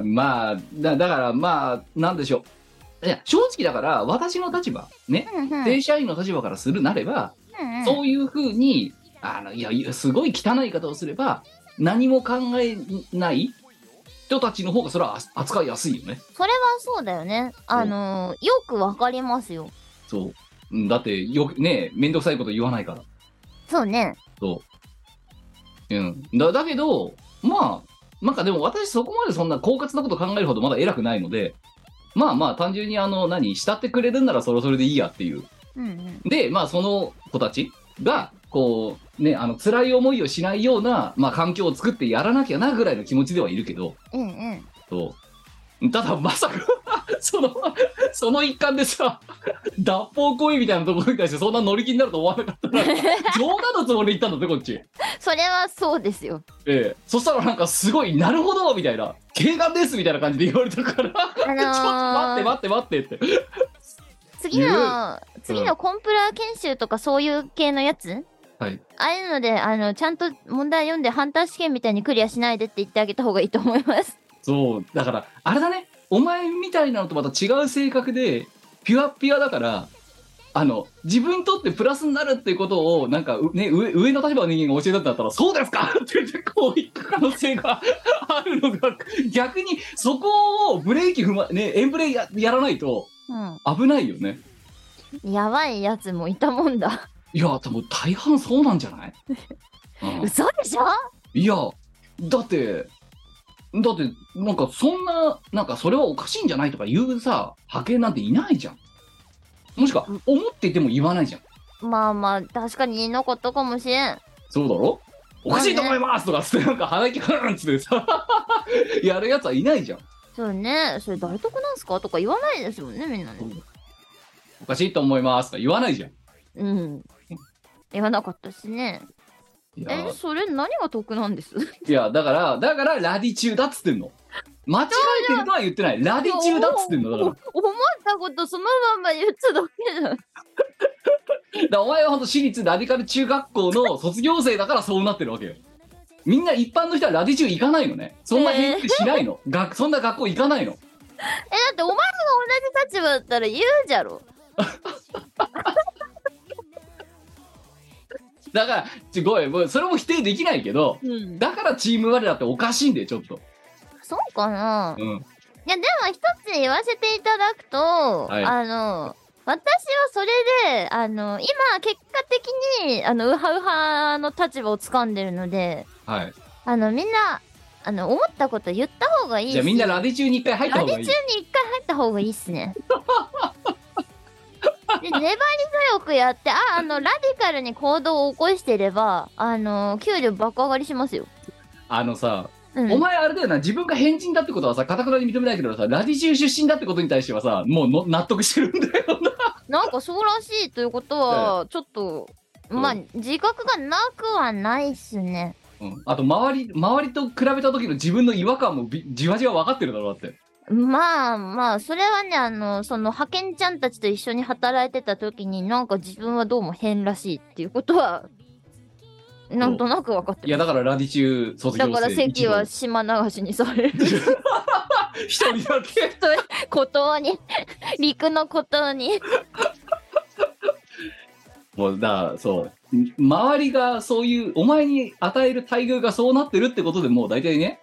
Speaker 3: ー、まあ、だだから、まあ、なんでしょう。いや、正直だから、私の立場、ね、
Speaker 1: うんうん
Speaker 3: 正社員の立場からするなれば、
Speaker 1: うんうん
Speaker 3: そういうふうに、あの、いやいや、すごい汚い言い方をすれば、何も考えない人たちの方が、それは扱いやすいよね。
Speaker 1: それはそうだよねあのーよくわかりますよ
Speaker 3: そううん。だって、よくね、めんどくさいこと言わないから。
Speaker 1: そうね
Speaker 3: そう。うん。だ、だけど、まあ、なんかでも私そこまでそんな狡猾なこと考えるほどまだ偉くないので、まあまあ単純にあの、何、慕ってくれるんならそれはそれでいいやっていう。
Speaker 1: うんうん
Speaker 3: で、まあその子たちが、こう、ね、あの、辛い思いをしないような、まあ環境を作ってやらなきゃなぐらいの気持ちではいるけど、
Speaker 1: うんうん
Speaker 3: そう。ただまさか、 その、その一環でさ、脱法行為みたいなところに対してそんな乗り気になると思わなかったから、冗談のつもりで言ったんだって、こっち。
Speaker 1: それはそうですよ
Speaker 3: ええ、そしたらなんかすごい、なるほどみたいな、軽眼ですみたいな感じで言われたから、
Speaker 1: あの
Speaker 3: ちょっと待って
Speaker 1: ー
Speaker 3: 待って待ってって。
Speaker 1: 次の次のコンプラ研修とかそういう系のやつ
Speaker 3: はい
Speaker 1: ああいうのであのちゃんと問題読んでハンター試験みたいにクリアしないでって言ってあげた方がいいと思います
Speaker 3: そう、だから、あれだね、お前みたいなのとまた違う性格で、ピュアピュアだから、あの、自分にとってプラスになるっていうことを、なんか、うね、上上の立場の人間が教えたんだったら、そうですかって言って、こういく可能性が あるのが、逆に、そこをブレーキ踏ま、ね、エンブレややらないと
Speaker 1: う
Speaker 3: 危ないよね。
Speaker 1: んやばいやつもいたもんだ
Speaker 3: いや、でも大 半そうなんじゃない、うん
Speaker 1: 嘘でしょ
Speaker 3: いや、だって、だって、なんかそんな、なんかそれはおかしいんじゃないとか言うさ、派遣なんていないじゃん。もしくは
Speaker 1: うん、
Speaker 3: 思ってても言わないじゃん。
Speaker 1: まあまあ、確かにいいのことかもしれん。
Speaker 3: そうだろおかしいと思いますとかっつって、なんか鼻息からんつってさ、 やるやつはいないじゃん。
Speaker 1: そうね、それ誰得なんすかとか言わないですもんね、みんなね。
Speaker 3: おかしいと思いますとか言わないじゃん。
Speaker 1: うん。言わなかったしね。
Speaker 3: いや
Speaker 1: え、それ何が得なんです
Speaker 3: いやだから、だから、ラディ中だっつってんの。間違えてるとは言ってない。ラディ中だっつってんの。だから、
Speaker 1: 思っ
Speaker 3: だか
Speaker 1: たことそのまんま言っただけじゃん。
Speaker 3: らお前は本当私立ラディカル中学校の卒業生だからそうなってるわけよ。みんな一般の人はラディ中行かないのね。そんな変化しないの。学そんな学校行かないの。
Speaker 1: え、だってお前が同じ立場だったら言うじゃろ。
Speaker 3: だから、すごい、もうそれも否定できないけど、
Speaker 1: うん。
Speaker 3: だからチーム我らっておかしいんだよ、ちょっと。
Speaker 1: そうかな
Speaker 3: うん。
Speaker 1: いや、でも一つ言わせていただくと、
Speaker 3: い
Speaker 1: あの、私はそれで、あの、今、結果的に、あの、ウハウハの立場を掴んでるので、
Speaker 3: はい。
Speaker 1: あの、みんな、あの、思ったこと言った方がいいし
Speaker 3: じゃあみんなラディ中に一回入った
Speaker 1: ラ
Speaker 3: 方
Speaker 1: ディ
Speaker 3: が
Speaker 1: 中
Speaker 3: い
Speaker 1: に
Speaker 3: い。
Speaker 1: 一回入った方がいいっす ね。で粘り強くやってああのラディカルに行動を起こしてればあの給料爆上がりしますよ。
Speaker 3: あのさ、
Speaker 1: うん、
Speaker 3: お前あれだよな、自分が変人だってことはさ、かたくなに認めないけどさ、ラディ中出身だってことに対してはさ、もうの納得してるんだよな。
Speaker 1: なんかそうらしいということはちょっと、
Speaker 3: うん
Speaker 1: まあ自覚がなくはないっすね。
Speaker 3: うん、あと周り、周りと比べた時の自分の違和感もびじわじわ分かってるだろうだって。
Speaker 1: まあまあそれはねあのその派遣ちゃんたちと一緒に働いてた時になんか自分はどうも変らしいっていうことはなんとなく分かって
Speaker 3: いや、
Speaker 1: ま
Speaker 3: だからラディ中
Speaker 1: す。
Speaker 3: 卒
Speaker 1: だ
Speaker 3: 業生
Speaker 1: から席は
Speaker 3: 一
Speaker 1: 島流しにされ る。
Speaker 3: 同一人だけ。
Speaker 1: 孤島 に陸の孤島に
Speaker 3: もう、だから、そう。ん周りがそういう、お前に与える待遇がそうなってるってことでもう大体ね、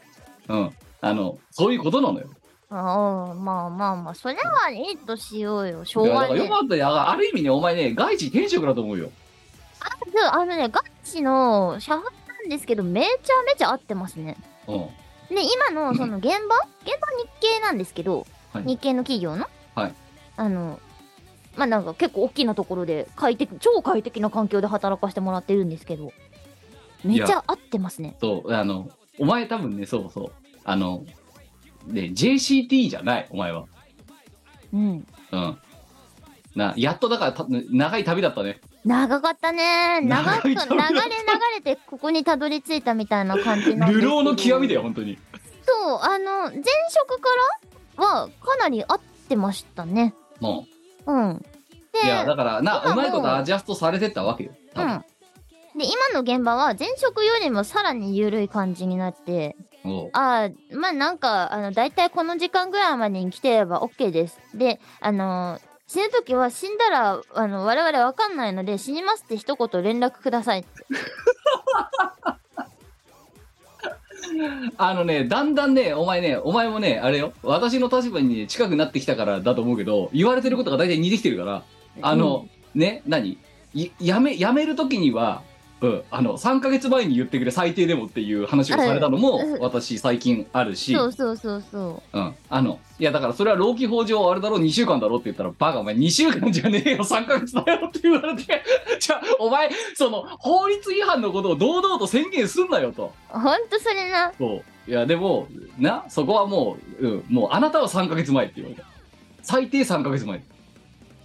Speaker 3: うん。あの、そういうことなのよ。
Speaker 1: ああまあまあまあそれはいいとしようよしょ
Speaker 3: いうや
Speaker 1: が
Speaker 3: だから
Speaker 1: ね
Speaker 3: よかったよ。あある意味ね、お前ね、外地転職だと思うよ。
Speaker 1: であのねガチの社派なんですけどめちゃめちゃ合ってますね
Speaker 3: うん。
Speaker 1: で今のその現場現場日系なんですけど
Speaker 3: はい
Speaker 1: 日系の企業の
Speaker 3: はい
Speaker 1: あのまあなんか結構大きなところで快適超快適な環境で働かせてもらってるんですけどめちゃ合ってますね
Speaker 3: そう、あの、お前多分ね、そうそう。あの、ね、JCT じゃない、お前は。
Speaker 1: うん
Speaker 3: うん。な、やっとだからた、長い旅だったね。
Speaker 1: 長かったね長く
Speaker 3: 長い
Speaker 1: 流れ
Speaker 3: 旅
Speaker 1: 流れてここにたどり着いたみたいな感じなんです
Speaker 3: 流
Speaker 1: けど
Speaker 3: 浪の極みだよ、本当に。
Speaker 1: そうあの前職からはかなり合ってましたね
Speaker 3: も
Speaker 1: うんで
Speaker 3: う。いや、だから、な、
Speaker 1: 今
Speaker 3: う
Speaker 1: も
Speaker 3: まいことアジャストされてったわけよ。多
Speaker 1: う
Speaker 3: 分
Speaker 1: んで今の現場は前職よりもさらに緩い感じになって
Speaker 3: も
Speaker 1: あーまあなんかあの大体この時間ぐらいまでに来てれば OK ですであのー死ぬ時は死んだらあの我々わかんないので死にますって一言連絡くださいう
Speaker 3: あのね、だんだんね、お前ね、お前もね、あれよ、私の立場にね近くなってきたからだと思うけど、言われてることが大体似てきてるから、あの、ね、何いやめ、やめるときには、うん、あの、3ヶ月前に言ってくれ、最低でもっていう話をされたのも
Speaker 1: はいうん、
Speaker 3: 私最近あるし、
Speaker 1: そううそうそうそ
Speaker 3: ん、あの、いや、だからそれは老基法上あれだろ、2週間だろって言ったら、バカ、お前2週間じゃねえよ、3ヶ月だよって言われて、 じゃあ、お前、その、法律違反のことを堂々と宣言すんなよと。
Speaker 1: うほんとそれな
Speaker 3: そう。いや、でも、な、そこはもう、うん、もう、あなたは3ヶ月前って言われた。最低3ヶ月前。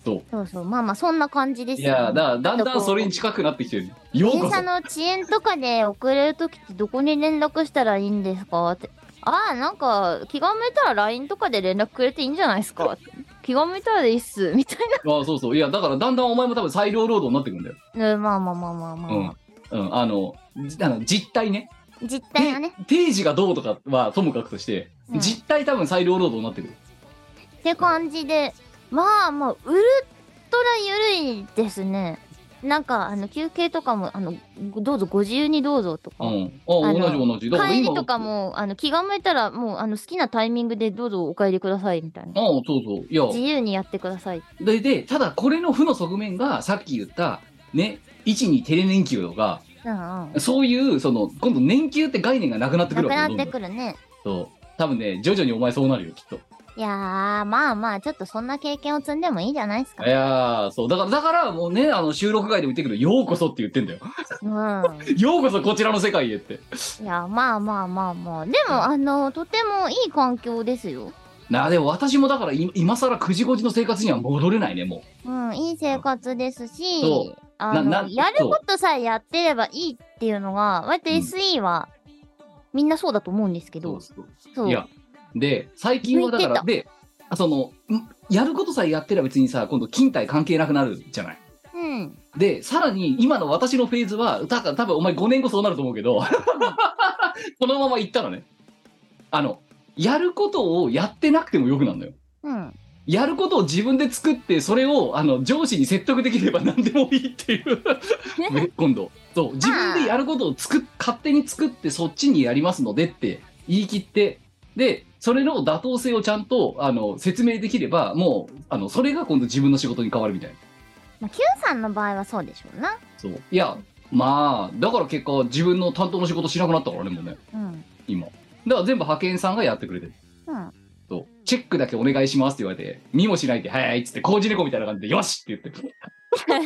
Speaker 3: そう。
Speaker 1: そうそうまあまあそんな感じです
Speaker 3: い
Speaker 1: よ
Speaker 3: や、だからだん
Speaker 1: あ
Speaker 3: だ
Speaker 1: とこ
Speaker 3: ん
Speaker 1: う
Speaker 3: それに近くなってきてる。ようこ
Speaker 1: 電車
Speaker 3: そ。
Speaker 1: の遅延とかで遅れるときってどこに連絡したらいいんですかって。ああ、なんか気が向いたら LINE とかで連絡くれていいんじゃないですかって。気が向いたらでいいっす。みたい
Speaker 3: あそうそう。いや、だからだんだんお前も多分裁量労働になってくんだよ。
Speaker 1: な。うんまあまあまあまあまあまあ。
Speaker 3: うん。うん、あの、じあの実態ね。
Speaker 1: 実態 はね。
Speaker 3: 定時がどうとかはともかくとして、
Speaker 1: うん
Speaker 3: 実態多分裁量労働になってくる。
Speaker 1: って感じで、まあまあ、ウルトラ緩いですね。なんか、あの、休憩とかも、あの、ごどうぞ、ご自由にどうぞとか。
Speaker 3: うん。
Speaker 1: あ
Speaker 3: あ、
Speaker 1: の
Speaker 3: 同じ同じ。だから
Speaker 1: 帰
Speaker 3: 今
Speaker 1: りとか。も、あの、気が向いたら、もう、あの、好きなタイミングでどうぞお帰りください、みたい
Speaker 3: あ
Speaker 1: な。
Speaker 3: そうそう。いや、
Speaker 1: 自由にやってください。
Speaker 3: で、で、ただこれの負の側面が、さっき言った、ね、1にテレ年給とか、
Speaker 1: うんうん。
Speaker 3: そういう、その、今度年給って概念がなくなって
Speaker 1: な
Speaker 3: くる
Speaker 1: く
Speaker 3: わ
Speaker 1: な
Speaker 3: けよ
Speaker 1: ってくるね。
Speaker 3: どそう。多分ね、徐々にお前そうなるよ、きっと。
Speaker 1: いやー、まあまあ、ちょっとそんな経験を積んでもいいじゃないですか。
Speaker 3: いやー、そう。だから、だからもうね、あの、収録外でも言ってくるようこそって言ってんだよ。
Speaker 1: うん。
Speaker 3: ようこそこちらの世界へって。
Speaker 1: いや、まあまあまあまあ。でも、あの、とてもいい環境ですよ。
Speaker 3: なあ、でも私もだから今、今更9時5時の生活には戻れないね、も
Speaker 1: うん、いい生活です
Speaker 3: そ
Speaker 1: し
Speaker 3: う、
Speaker 1: あ
Speaker 3: な
Speaker 1: の、
Speaker 3: な
Speaker 1: やることさえやってればいいっていうのが、割と
Speaker 3: うん
Speaker 1: SE は、みんなそうだと思うんですけ
Speaker 3: う。
Speaker 1: ど、
Speaker 3: そう
Speaker 1: そう。
Speaker 3: いや、で、最近はだか
Speaker 1: 抜いて
Speaker 3: ら、
Speaker 1: た
Speaker 3: で、あその、んやることさえやってれば別にさ、今度、勤怠関係なくなるじゃない。
Speaker 1: うん。
Speaker 3: で、さらに、今の私のフェーズは、だから多分お前5年後そうなると思うけど、 このまま行ったらね、あの、やることをやってなくてもよくなるのよ。
Speaker 1: うん。
Speaker 3: やることを自分で作って、それを、あの、上司に説得できれば何でもいいっていう。 ね今度。そう。自分でやることを作っ、勝手に作って、そっちにやりますのでって言い切って、で、それの妥当性をちゃんと、あの、説明できれば、もう、あの、それが今度自分の仕事に変わるみたいな。
Speaker 1: まあ、Q さんの場合はそうでしょうな。
Speaker 3: そう。いや、まあ、だから結果、自分の担当の仕事しなくなったからね、もうね、
Speaker 1: うん。
Speaker 3: 今。だから全部派遣さんがやってくれてる。
Speaker 1: うん。
Speaker 3: そう。チェックだけお願いしますって言われて、見もしないで、はいはいっつって、工事猫みたいな感じで、よしって言って。
Speaker 1: よ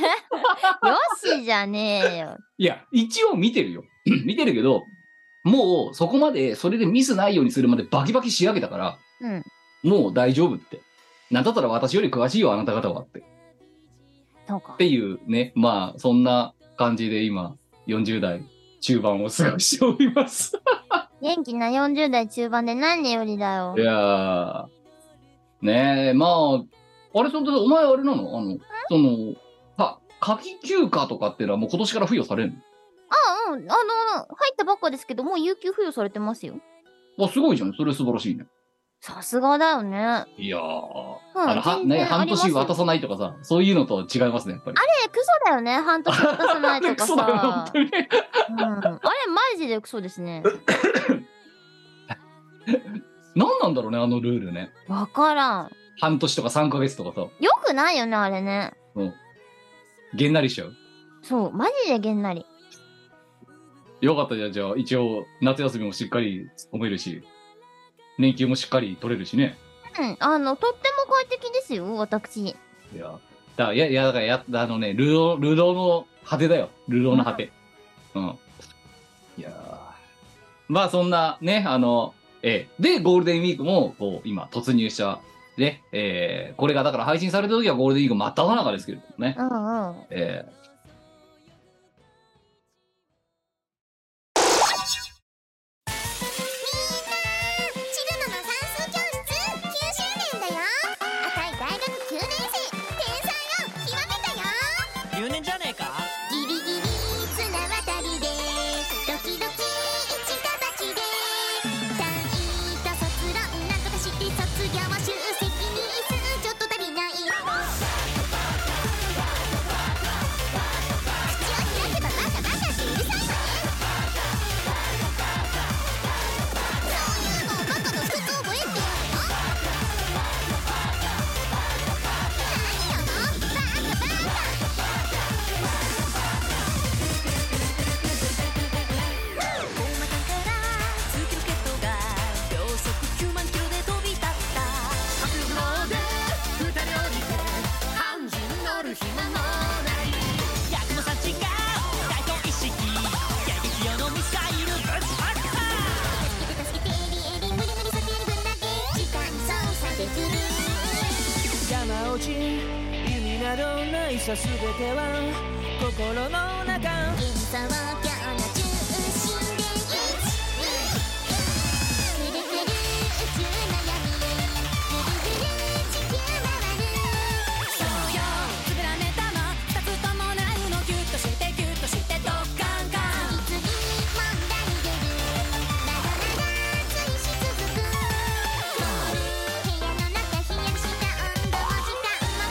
Speaker 1: しじゃねえよ。
Speaker 3: いや、一応見てるよ。 見てるけど、もうそこまで、それでミスないようにするまでバキバキ仕上げたから、
Speaker 1: うん。
Speaker 3: もう大丈夫って。なんだったら私より詳しいよ、あなた方はって。っ
Speaker 1: そうか。
Speaker 3: ていうね、まあ、そんな感じで今、40代中盤を過ごしております。
Speaker 1: 元気な40代中盤で何よりだよ
Speaker 3: い。やー、ねえ、まあ、あれ、その、お前あれなのあの、その、か、夏季休暇とかってのはもう今年から付与されん
Speaker 1: あ、うん。あの、入ったばっかですけど、もう有給付与されてますよ。
Speaker 3: のあ、すごいじゃん。それ素晴らしいね。
Speaker 1: さすがだよね。
Speaker 3: いや
Speaker 1: うん。
Speaker 3: ー、あの、は、
Speaker 1: 全然
Speaker 3: ね、
Speaker 1: あ
Speaker 3: 半
Speaker 1: ります
Speaker 3: 年
Speaker 1: よ
Speaker 3: 渡さないとかさ、そういうのとは違いますね、やっぱり。
Speaker 1: え、クソだよね。半年渡さないとか
Speaker 3: クソだよな、
Speaker 1: さ
Speaker 3: 本。当にね。
Speaker 1: うん、あれ、マジでクソですね。
Speaker 3: 何なんだろうね、あのルールね。
Speaker 1: わからん。
Speaker 3: 半年とか3ヶ月とかさ、
Speaker 1: よくないよね、あれね。
Speaker 3: げんなりしちゃう。
Speaker 1: そう、マジでげんなり。
Speaker 3: よかったじゃん、じゃあ、一応、夏休みもしっかり思えるし、年休もしっかり取れるしね。
Speaker 1: うん、あの、とっても快適ですよ、私。
Speaker 3: いや、だから、いや、いや、だから、や、あのね、ルロ、ルロの果てだよ。ルロの果て。うん。いやーまあ、そんな、ね、あの、ええで、ゴールデンウィークも、こう、今、突入した。ね、ええこれが、だから、配信された時はゴールデンウィーク真っ只中ですけれどもね。
Speaker 1: うんうん。
Speaker 3: ええ
Speaker 4: チルノの算数教室9周年だよ赤い大学9年生天才を極めたよ
Speaker 5: 留年じゃねえか
Speaker 4: ギリギリ綱渡りでドキドキ一か八で単位と卒論なことして卒業は集積に数ちょっと足りない口を開けばバカバカってうるさいわねそういうのをバカの服覚えてんの何よバカバカ大股から月ロケットが秒速9万キロで飛び立った白雲で二人降りて半人乗る暇もない
Speaker 5: 百の幸が大統一式撃用のミサイルぶちまった
Speaker 4: 助けて助けてエリエリ無理無理避ける分だけ時間操作できる
Speaker 5: 山落ち弓などないさ全ては心の中
Speaker 4: 幻想郷の中心でぐるぐる宇宙の闇ぐるぐる地球回る
Speaker 5: そうよつぶらねたま二つともないのギュッとしてギュッとしてドッカンカ
Speaker 4: 次々問題出るまだまだ追し続く
Speaker 5: ン
Speaker 4: 部屋の中冷やした温度も時間も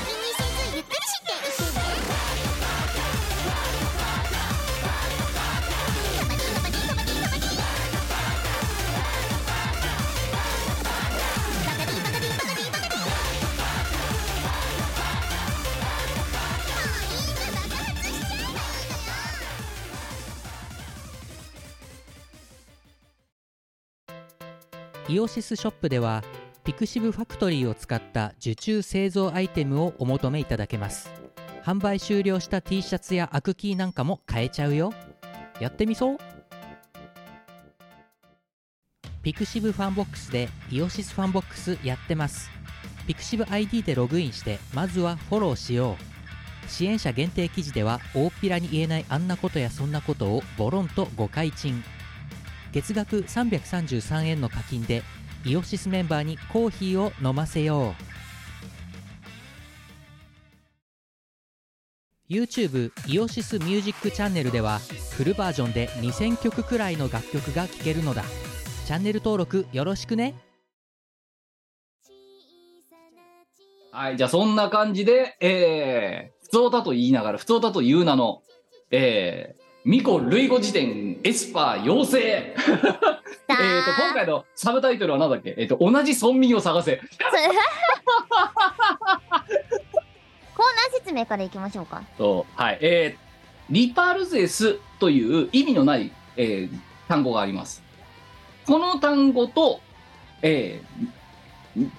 Speaker 4: 気にせずゆっくりしていくね
Speaker 2: イオシスショップではピクシブファクトリーを使った受注製造アイテムをお求めいただけます販売終了した T シャツやアクキーなんかも買えちゃうよやってみそうピクシブファンボックスでイオシスファンボックスやってますピクシブ ID でログインしてまずはフォローしよう支援者限定記事では大っぴらに言えないあんなことやそんなことをボロンと誤解賃月額333円の課金でイオシスメンバーにコーヒーを飲ませよう YouTube イオシスミュージックチャンネルではフルバージョンで2000曲くらいの楽曲が聴けるのだチャンネル登録よろしくね
Speaker 3: はい、じゃあそんな感じで、えー、普通だと言いながら、普通だと言う名の、えー、ミコ類語辞典エスパー養成えーと、今回のサブタイトルは何だっけえっ、と、同じ村民を探せ。
Speaker 6: コーナー説明からいきましょうか。
Speaker 3: と、はい、えー、リパルゼスという意味のない、えー単語があります。この単語と、えーん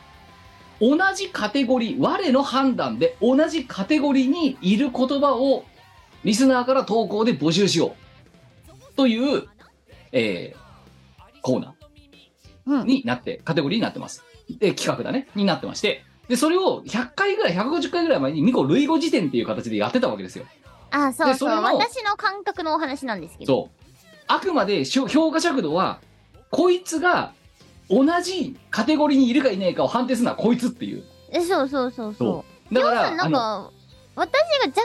Speaker 3: 同じカテゴリー、我の判断で同じカテゴリーにいる言葉をリスナーから投稿で募集しようという、えーコーナーになって、カテゴリーになってます。で、企画だね、になってまして、で、それを100回ぐらい、150回ぐらい前に、ミコ類語辞典っていう形でやってたわけですよ。
Speaker 6: あ、そう
Speaker 3: で
Speaker 6: そ。
Speaker 3: そうれの
Speaker 6: 私の感覚のお話なんですけど。
Speaker 3: そう。あくまでしょ評価尺度は、こいつが同じカテゴリーにいるかいないかを判定するのはこいつっていう。
Speaker 6: えそうそうそうそう。
Speaker 3: だか
Speaker 6: さんな
Speaker 3: ら、あ
Speaker 6: ん
Speaker 3: の、
Speaker 6: か、私が若干共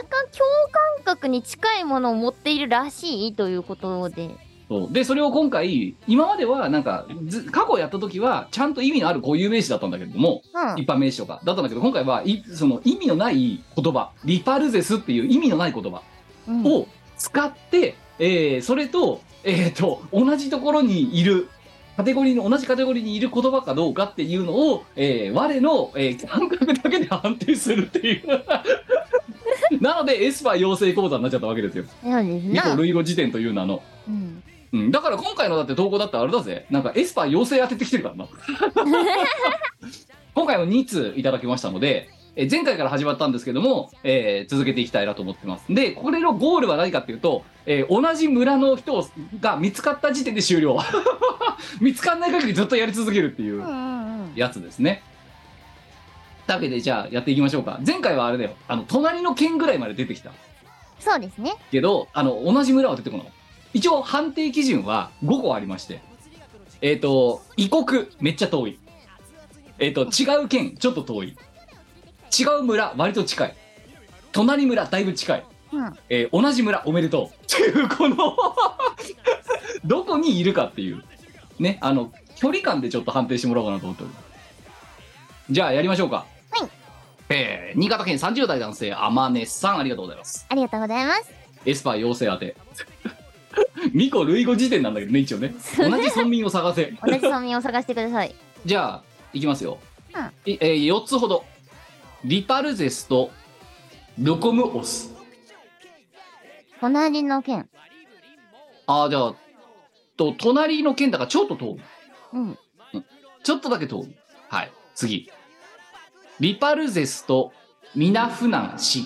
Speaker 6: 感覚に近いものを持っているらしいということで。
Speaker 3: そうで、それを今回、今まではなんか、ず過去やった時は、ちゃんと意味のある固有名詞だったんだけれども、
Speaker 6: うん。
Speaker 3: 一般名詞とか、だったんだけど、今回は、いその意味のない言葉、リパルゼスっていう意味のない言葉
Speaker 6: うん
Speaker 3: を使って、えーそれと、えっ、と、同じところにいる、カテゴリーの、同じカテゴリーにいる言葉かどうかっていうのを、えー我の、えー感覚だけで判定するっていう。 なので、エスパー養成講座になっちゃったわけですよ。
Speaker 6: そうです
Speaker 3: ミ
Speaker 6: な
Speaker 3: コ。類語辞典という名の。
Speaker 6: うん
Speaker 3: うん、だから今回のだって投稿だってあれだぜ。なんかエスパー養成当ててきてるからな。今回も2通いただきましたので、え前回から始まったんですけども、えー続けていきたいなと思ってます。で、これのゴールは何かっていうと、えー同じ村の人をが見つかった時点で終了。 見つかんない限りずっとやり続けるっていう
Speaker 6: うんうんうん。
Speaker 3: やつですね。だけでじゃあやっていきましょうか。前回はあれだよ。あの、隣の県ぐらいまで出てきた。
Speaker 6: そうですね。
Speaker 3: けどあの同じ村は出てこない一応判定基準は5個ありましてえっ、と異国めっちゃ遠いえっ、と違う県ちょっと遠い違う村割と近い隣村だいぶ近い、
Speaker 6: うん
Speaker 3: えー同じ村おめでとうっていうこの どこにいるかっていうねあの距離感でちょっと判定してもらおうかなと思っておりますじゃあやりましょうか
Speaker 6: はい
Speaker 3: えー新潟県30代男性あまねさんありがとうございます
Speaker 6: ありがとうございます。
Speaker 3: エスパー養成宛て。 ミコ類語辞典なんだけどね、一応ね。同じ村民を探せ。
Speaker 6: 同じ村民を探してください。
Speaker 3: じゃあ、いきますよ。
Speaker 6: うん
Speaker 3: いえー、4つほど。リパルゼスとロコムオス。
Speaker 6: 隣の県。
Speaker 3: ああ、じゃあ、と、隣の県だからちょっと遠い。
Speaker 6: うん。
Speaker 3: ちょっとだけ遠い。はい、次。リパルゼスとミナフナン市。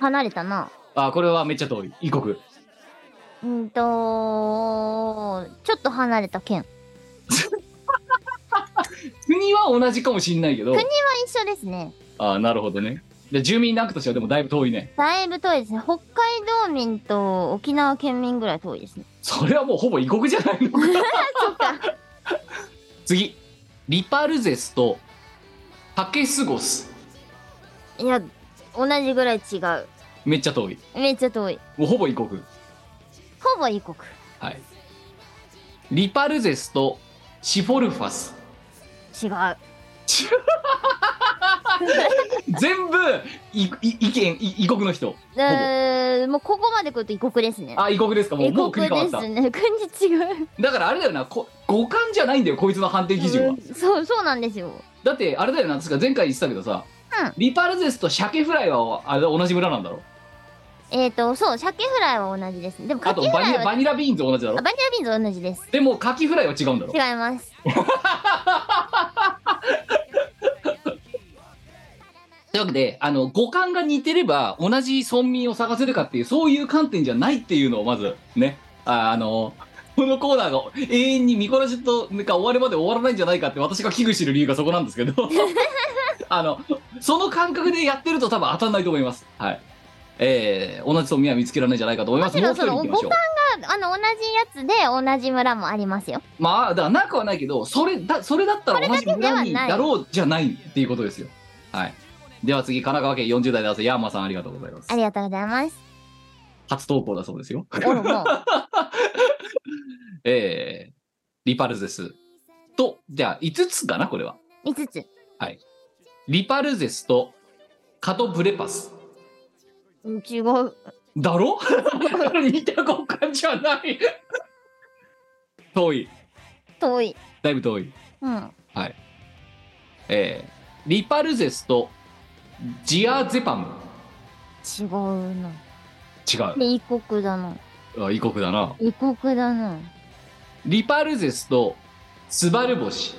Speaker 6: 離れたな。
Speaker 3: あーこれはめっちゃ遠い。異国。
Speaker 6: うんとちょっと離れた県。
Speaker 3: 国は同じかもしんないけど。
Speaker 6: 国一緒ですね。
Speaker 3: ああ、なるほどね。で住民ランクとしてはでもだいぶ遠いね。
Speaker 6: だいぶ遠いですね。北海道民と沖縄県民ぐらい遠いですね。
Speaker 3: それはもうほぼ異国じゃないの か次リパルゼスとタケスゴス
Speaker 6: いや、同じぐらい違う。
Speaker 3: めっちゃ遠い
Speaker 6: めっちゃ遠い。
Speaker 3: もうほぼ異国
Speaker 6: ほぼ異国。
Speaker 3: はいリパルゼスとシフォルファス
Speaker 6: 違う。
Speaker 3: 全部いい意見い異国の人
Speaker 6: えー、もうここまで来ると異国ですね。
Speaker 3: あ異国ですかもう
Speaker 6: 異
Speaker 3: も
Speaker 6: 国
Speaker 3: う国変わ
Speaker 6: で
Speaker 3: った
Speaker 6: すね。 国違う。
Speaker 3: だからあれだよなこ五感じゃないんだよこいつの判定基準
Speaker 6: う
Speaker 3: は、
Speaker 6: んそう、そうなんですよ。
Speaker 3: だってあれだよな確か前回言ってたけどさ、
Speaker 6: うん
Speaker 3: リパルゼスとシャケフライはあれ同じ村なんだろ
Speaker 1: えっ、と、そう、鮭フライは同じです。でも、
Speaker 3: あ
Speaker 1: カ
Speaker 3: と
Speaker 1: キフ
Speaker 3: バ
Speaker 1: ラ
Speaker 3: ニ
Speaker 1: イ
Speaker 3: ラバ
Speaker 1: は、
Speaker 3: ニラビーンズ同じだろ
Speaker 1: あバニラビーンズ同じです。
Speaker 3: でもカキフライは違うんだろ
Speaker 1: 違います。
Speaker 3: というわけであの五感が似てれば同じ村民を探せるかっていうそういう観点じゃないっていうのをまずねああのこのコーナーが永遠にミコラジとなんか終わるまで終わらないんじゃないかって私が危惧してる理由がそこなんです けどあのその感覚でやってると多分当たらないと思いますはいえー、同じ村民は見つけられないんじゃないかと思います
Speaker 1: もち
Speaker 3: もう
Speaker 1: ろんその
Speaker 3: 一人行きましょう
Speaker 1: ああの、同じやつで同じ村もありますよ。
Speaker 3: まあだからなくはないけどそれだそれだったら同じ村に
Speaker 1: これだけではない
Speaker 3: だろうじゃないっていうことですよはいでは次神奈川県40代男性ヤーマさんありがとうございます
Speaker 1: ありがとうござい ます。
Speaker 3: 初投稿だそうですよ。
Speaker 1: おろもう。
Speaker 3: えー、リパルゼスと、じゃあ5つかな、これは。
Speaker 1: 5つ。
Speaker 3: リパルゼスとカトブレパス。
Speaker 1: うん違う。
Speaker 3: だろ 似た五感じゃない。遠い。
Speaker 1: 遠い。
Speaker 3: だいぶ遠い。
Speaker 1: うん。
Speaker 3: えー、リパルゼスとジアゼパム。
Speaker 1: 違うな。
Speaker 3: 違う。
Speaker 1: で、異国だな。
Speaker 3: あ異国だな。
Speaker 1: 異国だな。
Speaker 3: リパルゼスとスバル星。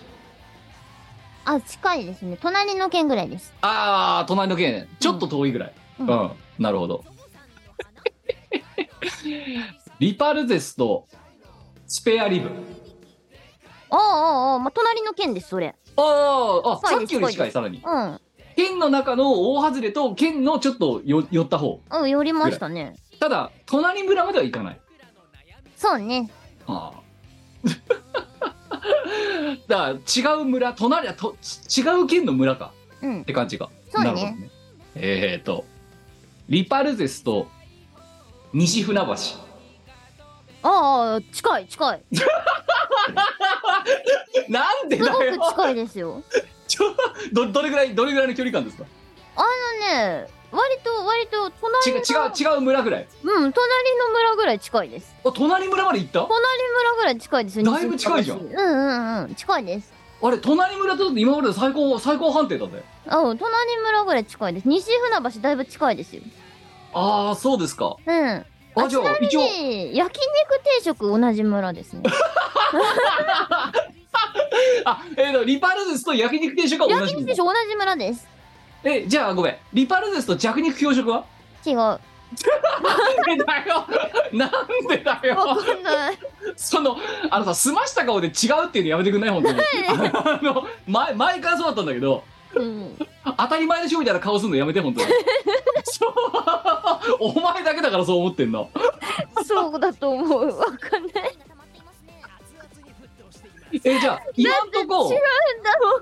Speaker 1: あ、近いですね。隣の県ぐらいです。
Speaker 3: あー、隣の県。ちょっと遠いぐらい。う、
Speaker 1: うんん
Speaker 3: なるほど。 リパルゼスとスペアリブ。
Speaker 1: おうおうおうまあ、隣の県です、それ。
Speaker 3: ああ、あ、
Speaker 1: そう
Speaker 3: さ
Speaker 1: です
Speaker 3: っきより近い、さらに。
Speaker 1: うん。
Speaker 3: 県の中の大外れと県のちょっとよ寄った方。
Speaker 1: うん、寄りましたね。
Speaker 3: ただ、隣村までは行かない。
Speaker 1: そうね。
Speaker 3: ああ。 だから違う村、隣はと違う県の村か
Speaker 1: うん
Speaker 3: っ。て感じか。
Speaker 1: そうね
Speaker 3: なるほどね。えーと、リパルゼスと西船橋。
Speaker 1: ああ、近い、近い。
Speaker 3: なんです
Speaker 1: ご
Speaker 3: だ
Speaker 1: く
Speaker 3: よ
Speaker 1: 近い ですよ。
Speaker 3: ちょどどれぐらいどれぐらいの距離感ですか
Speaker 1: ね割と、割と、
Speaker 3: 違
Speaker 1: 隣
Speaker 3: う
Speaker 1: の、
Speaker 3: 違う違う村ぐらい
Speaker 1: うん、隣の村ぐらい近いです。
Speaker 3: あ隣村まで行った
Speaker 1: 隣村ぐらい近いですよ。
Speaker 3: だいぶ近いじゃん
Speaker 1: 西村市うんうんうん、近いです。
Speaker 3: あれ隣村と今までで最高最高判定だね
Speaker 1: うん、隣村ぐらい近いです。西船橋だいぶ近いですよ。
Speaker 3: ああそうですか
Speaker 1: うん。
Speaker 3: あじゃあ一応
Speaker 1: に、焼肉定食同じ村ですね。
Speaker 3: あえーとリパルゼスと焼肉定食は 同
Speaker 1: 焼
Speaker 3: じ
Speaker 1: 肉定食同じ村です。
Speaker 3: えじゃあごめんリパルゼスと弱肉強食は
Speaker 1: 違う。わ
Speaker 3: なんでだ よなんでだよ
Speaker 1: かん ない。
Speaker 3: そのあのさ澄ました顔で違うっていうのやめてくんない本当にあの前前からそうだったんだけど
Speaker 1: うん
Speaker 3: 当たり前でしょみたいな顔するのやめて本当にそうお前だけだからそう思ってんの
Speaker 1: そうだと思う。わかんない。
Speaker 3: えじゃあ今んとこ
Speaker 1: なんだろう。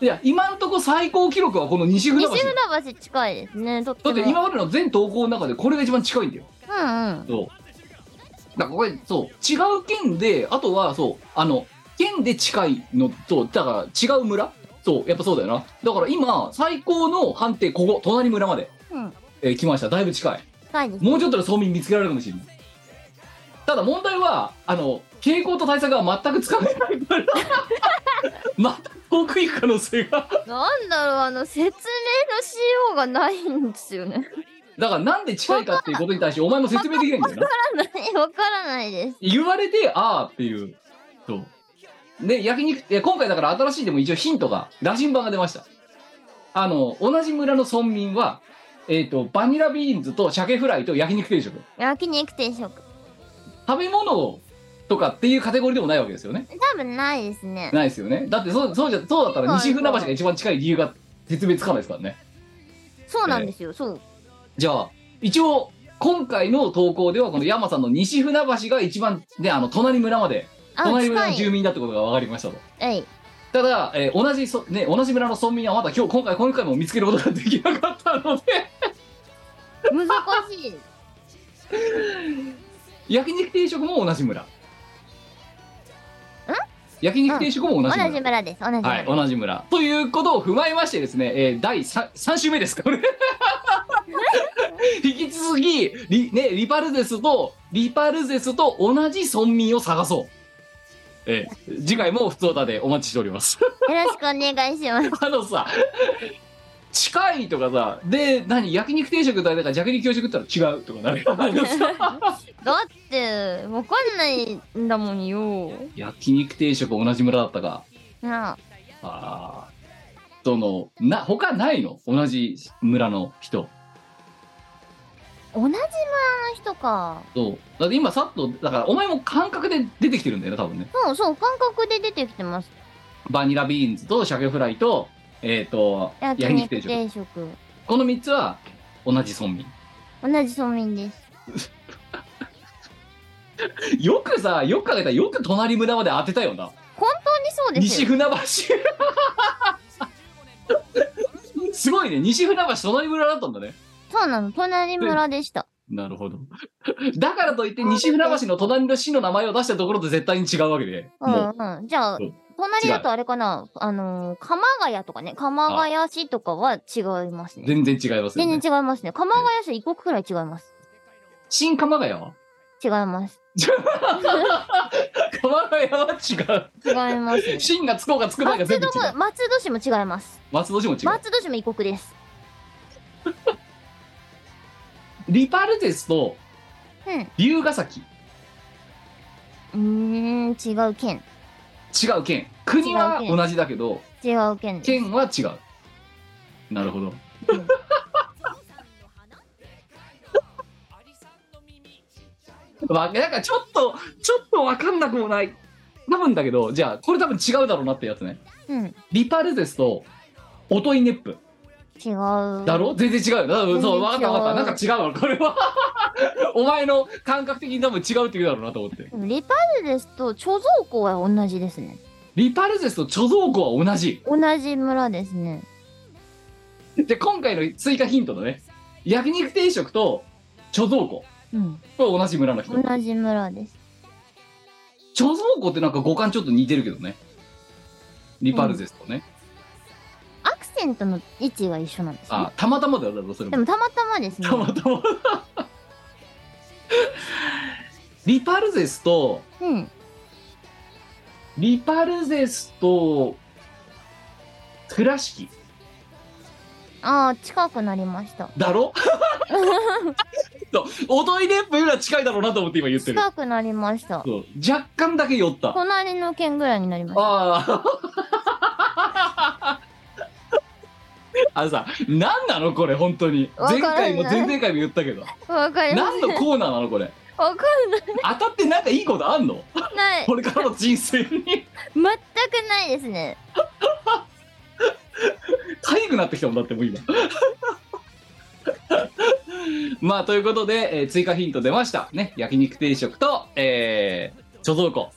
Speaker 3: いや今んとこ最高記録はこの西船橋
Speaker 1: 西船橋近いですね。とって
Speaker 3: だ
Speaker 1: も。
Speaker 3: って今までの全投稿の中でこれが一番近いんだよ
Speaker 1: うんうん。
Speaker 3: そうだからこれそう違う県であとはそうあの県で近いのとだから違う村そうやっぱそうだよなだから今最高の判定ここ隣村まで、
Speaker 1: うん
Speaker 3: えー来ましただいぶ近い
Speaker 1: 近いです。
Speaker 3: もうちょっとで村民見つけられるかもしれない。ただ問題は、あの、傾向と対策は全くつかめないから、 また遠く行く可能性が。
Speaker 1: なんだろう、あの、説明のしようがないんですよね。
Speaker 3: だからなんで近いかっていうことに対してお前も説明できないんだよな。
Speaker 1: わからない、わからないです。
Speaker 3: 言われて、ああっていう。そう。で、焼肉って、今回だから新しいでも一応ヒントが、羅針盤が出ました。あの、同じ村の村民は、えっ、と、バニラビーンズと鮭フライと焼肉定食。
Speaker 1: 焼肉定食。
Speaker 3: 食べ物とかっていうカテゴリーでもないわけですよね。
Speaker 1: 多分ないですね。
Speaker 3: ないですよねだってそうそうじゃそうだったら西船橋が一番近い理由が説明つかないですからね
Speaker 1: そうなんですよ、そう。
Speaker 3: じゃあ一応今回の投稿ではこの山さんの西船橋が一番ねあの隣村まで
Speaker 1: あ、
Speaker 3: 隣
Speaker 1: 近
Speaker 3: 村の住
Speaker 1: い。
Speaker 3: 民だってことが分かりましたと
Speaker 1: はい。
Speaker 3: ただ、えー同じそね同じ村の村民はまだ今日今回今回も見つけることができなかったので
Speaker 1: 難しい。
Speaker 3: 焼肉定食も同じ村ん焼肉定食も同
Speaker 1: 同
Speaker 3: じ村、
Speaker 1: じ村です、同じ村。
Speaker 3: はい、同じ村。ということを踏まえましてですね、えー第 3, 三週目ですか、 これ引き続きリ,、ね、リパルゼスとリパルゼスと同じ村民を探そう。えー次回も普通歌でお待ちしております。
Speaker 1: よろしくお願いします。
Speaker 3: あのさ、近いとかさ、で、何、焼肉定食だだから、弱肉強食って言ったら違うとかな るよ。あのさ
Speaker 1: だってわかんないんだもんよ
Speaker 3: 焼肉定食同じ村だったか。
Speaker 1: なあ
Speaker 3: ああ。その、な、他ないの同じ村の人。
Speaker 1: 同じ村の人か
Speaker 3: そう。だって今、さっと、だから、お前も感覚で出てきてるんだよね、多分ね。
Speaker 1: そうそう感覚で出てきてます
Speaker 3: バニラビーンズと鮭フライと、えっ、と、焼肉定食。
Speaker 1: 定食
Speaker 3: この3つは、同じ村民。
Speaker 1: 同じ村民です
Speaker 3: よくさ、よく考えたら、よく隣村まで当てたよな。
Speaker 1: 本当にそうです
Speaker 3: 西
Speaker 1: よ
Speaker 3: 船橋すごいね西船橋隣村だったんだね
Speaker 1: そうなの隣村でした
Speaker 3: なるほどだからといって西船橋の隣の市の名前を出したところと絶対に違うわけで、
Speaker 1: う
Speaker 3: も
Speaker 1: ん
Speaker 3: う
Speaker 1: うんじゃあ
Speaker 3: そう
Speaker 1: 隣だとあれかなあのー鎌ヶ谷とかね鎌ヶ谷市とかは違いますね
Speaker 3: 全然違いますよ
Speaker 1: 全
Speaker 3: ね
Speaker 1: 然違いますね鎌ヶ谷市一国くらい違います
Speaker 3: 新鎌ヶ谷は
Speaker 1: 違います
Speaker 3: 鎌ヶ谷は
Speaker 1: 違います
Speaker 3: 違う
Speaker 1: ね
Speaker 3: 新がつこうがつくないが
Speaker 1: 松戸
Speaker 3: 全部違
Speaker 1: も
Speaker 3: う
Speaker 1: 松戸市も違います
Speaker 3: 松戸市も違う
Speaker 1: 松戸市も異国です
Speaker 3: リパルテスと
Speaker 1: うん
Speaker 3: 龍ヶ崎
Speaker 1: うーん違う県
Speaker 3: 違う県国は
Speaker 1: 違う県
Speaker 3: 同じだけど
Speaker 1: 違う県です
Speaker 3: 県は違うなるほどわなんかちょっとちょっと分かんなくもない多分だけどじゃあこれ多分違うだろうなってやつね
Speaker 1: うん違
Speaker 3: リパルゼスとオトイネップ
Speaker 1: う
Speaker 3: だろ全然違うよな
Speaker 1: 全然
Speaker 3: そう分かった分かった
Speaker 1: 違
Speaker 3: な
Speaker 1: うん
Speaker 3: か違うわこれは お前の感覚的に多分違うって言うだろうなと思って
Speaker 1: でもリパルですと貯蔵庫は同じですね
Speaker 3: リパルゼスと貯蔵庫は同じ
Speaker 1: 同じ村ですね
Speaker 3: で今回の追加ヒントだね焼肉定食と貯蔵庫
Speaker 1: うん
Speaker 3: これ同じ村の人
Speaker 1: 同じ村です
Speaker 3: 貯蔵庫ってなんか五感ちょっと似てるけどねリパルゼスとね、
Speaker 1: アクセントの位置が一緒なんですね
Speaker 3: あたまたまだよだろそれ
Speaker 1: で
Speaker 3: も
Speaker 1: もたまたまですね
Speaker 3: たまたま リパルゼスと
Speaker 1: うん
Speaker 3: リパルゼスと倉敷
Speaker 1: ああ近くなりました
Speaker 3: だろそうおといでっぷよりは近いだろうなと思って今言ってる
Speaker 1: 近くなりました
Speaker 3: そう若干だけ寄った
Speaker 1: 隣の県ぐらいになりました
Speaker 3: ああ あのさ何なのこれ本当に
Speaker 1: わか
Speaker 3: 前
Speaker 1: んない
Speaker 3: 回も前々回も言ったけど
Speaker 1: わかりま
Speaker 3: 何のコーナーなのこれ
Speaker 1: すわか
Speaker 3: 当たってなんかいいことあんの
Speaker 1: んない
Speaker 3: これからの人生に
Speaker 1: 全くないですね
Speaker 3: かゆくなってきたもんだってもう今 まあということで、えー追加ヒント出ましたね焼肉定食と、えー貯蔵庫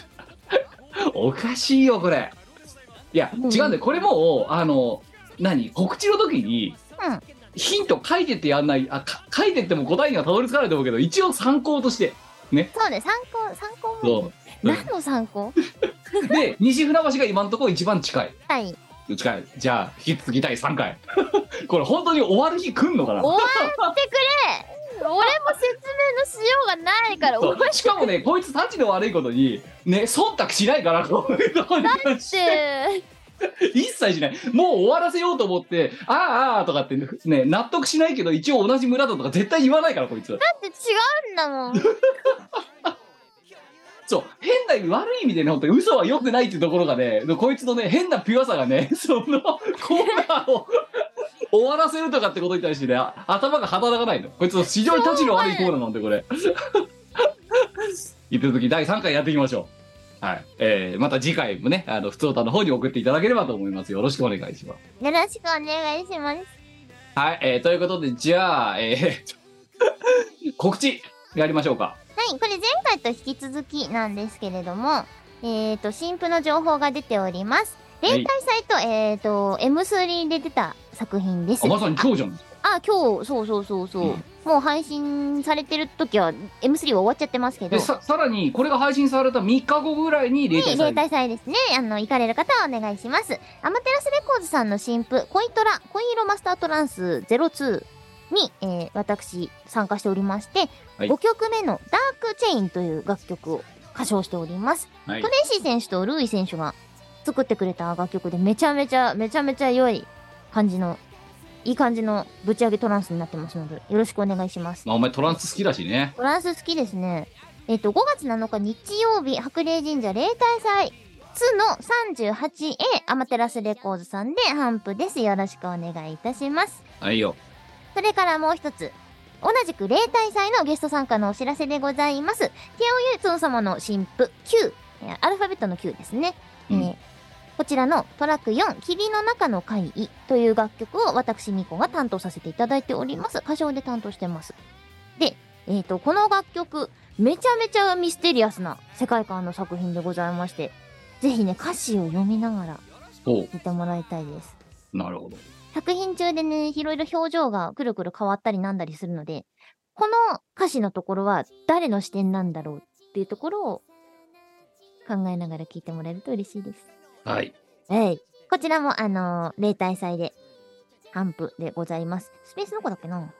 Speaker 3: おかしいよこれいや違うんだよこれもうあの何告知の時に、
Speaker 1: うん
Speaker 3: ヒント書いてってやんないあか書いてっても答えにはたどり着かないと思うけど一応参考として
Speaker 1: そうね参考参考も
Speaker 3: そううん
Speaker 1: 何の参考
Speaker 3: で西船橋が今のところ一番近い
Speaker 1: はい
Speaker 3: 近いじゃあ引き続き第3回 これ本当に終わる日来んのかな
Speaker 1: 終わってく れ俺も説明のしようがないから
Speaker 3: そ
Speaker 1: 終わ
Speaker 3: うしかもねこいつたちの悪いことにね忖度しないからこういうとこに関し
Speaker 1: ってて
Speaker 3: 一切しないもう終わらせようと思ってああああとかってね納得しないけど一応同じ村だとか絶対言わないからこいつ
Speaker 1: だって違うんだもん
Speaker 3: そう変な意味悪い意味でね本当に嘘は良くないっていうところがねこいつのね変なピュアさがね そのコーナーを 終わらせるとかってことに対してねあ頭が働かないのこいつの非常に立ちの悪いコーナーなんでこれ 引き続き第3回やっていきましょうはい、えー、また次回もねあの普通歌の方に送っていただければと思いますよろしくお願いします
Speaker 1: よろしくお願いします
Speaker 3: はい、えー、ということでじゃあえー、 告知やりましょうか
Speaker 1: はい、これ前回と引き続きなんですけれども、えっ、と、新婦の情報が出ております。
Speaker 3: い
Speaker 1: 連帯祭と、えっ、と、M3 で出た作品です
Speaker 3: あ。まさに今日じゃん
Speaker 1: あ、今日、そうそうそうそう。
Speaker 3: うん
Speaker 1: もう配信されてる時は、M3 は終わっちゃってますけど、
Speaker 3: でささらにこれが配信された3日後ぐらいに例
Speaker 1: に例
Speaker 3: 体され
Speaker 1: 帯祭ですね。あの、行かれる方はお願いします。アマテラスレコーズさんの新譜、恋トラ、恋色マスタートランス02に、えー私、参加しておりまして、
Speaker 3: はい
Speaker 1: 5曲目のダークチェインという楽曲を歌唱しております。
Speaker 3: はい
Speaker 1: トレイシー選手とルーイ選手が作ってくれた楽曲でめちゃめちゃめちゃめちゃ良い感じの、いい感じのぶち上げトランスになってますので、よろしくお願いします。
Speaker 3: まあお前トランス好きだしね。
Speaker 1: トランス好きですね。えっ、と、5月7日日曜日、白麗神社例大祭。2の 38A アマテラスレコーズさんでハンプです。よろしくお願いいたします。
Speaker 3: はいよ。
Speaker 1: それからもう一つ。同じく例大祭のゲスト参加のお知らせでございます。ティアオユイツン様の新婦 Q、えーアルファベットの Q ですね。
Speaker 3: うん
Speaker 1: えーこちらのトラック4、霧の中の会議という楽曲を私、ミコが担当させていただいております。歌唱で担当してます。で、えっ、と、この楽曲、めちゃめちゃミステリアスな世界観の作品でございまして、ぜひね、歌詞を読みながら聴
Speaker 3: ほ
Speaker 1: いてもらいたいです。
Speaker 3: う。なるほど。
Speaker 1: 作品中でね、いろいろ表情がくるくる変わったりなんだりするので、この歌詞のところは誰の視点なんだろうっていうところを考えながら聞いてもらえると嬉しいです。
Speaker 3: はい。
Speaker 1: はい。こちらもあのー例大祭で、ハンプでございます。スペースの子だっけな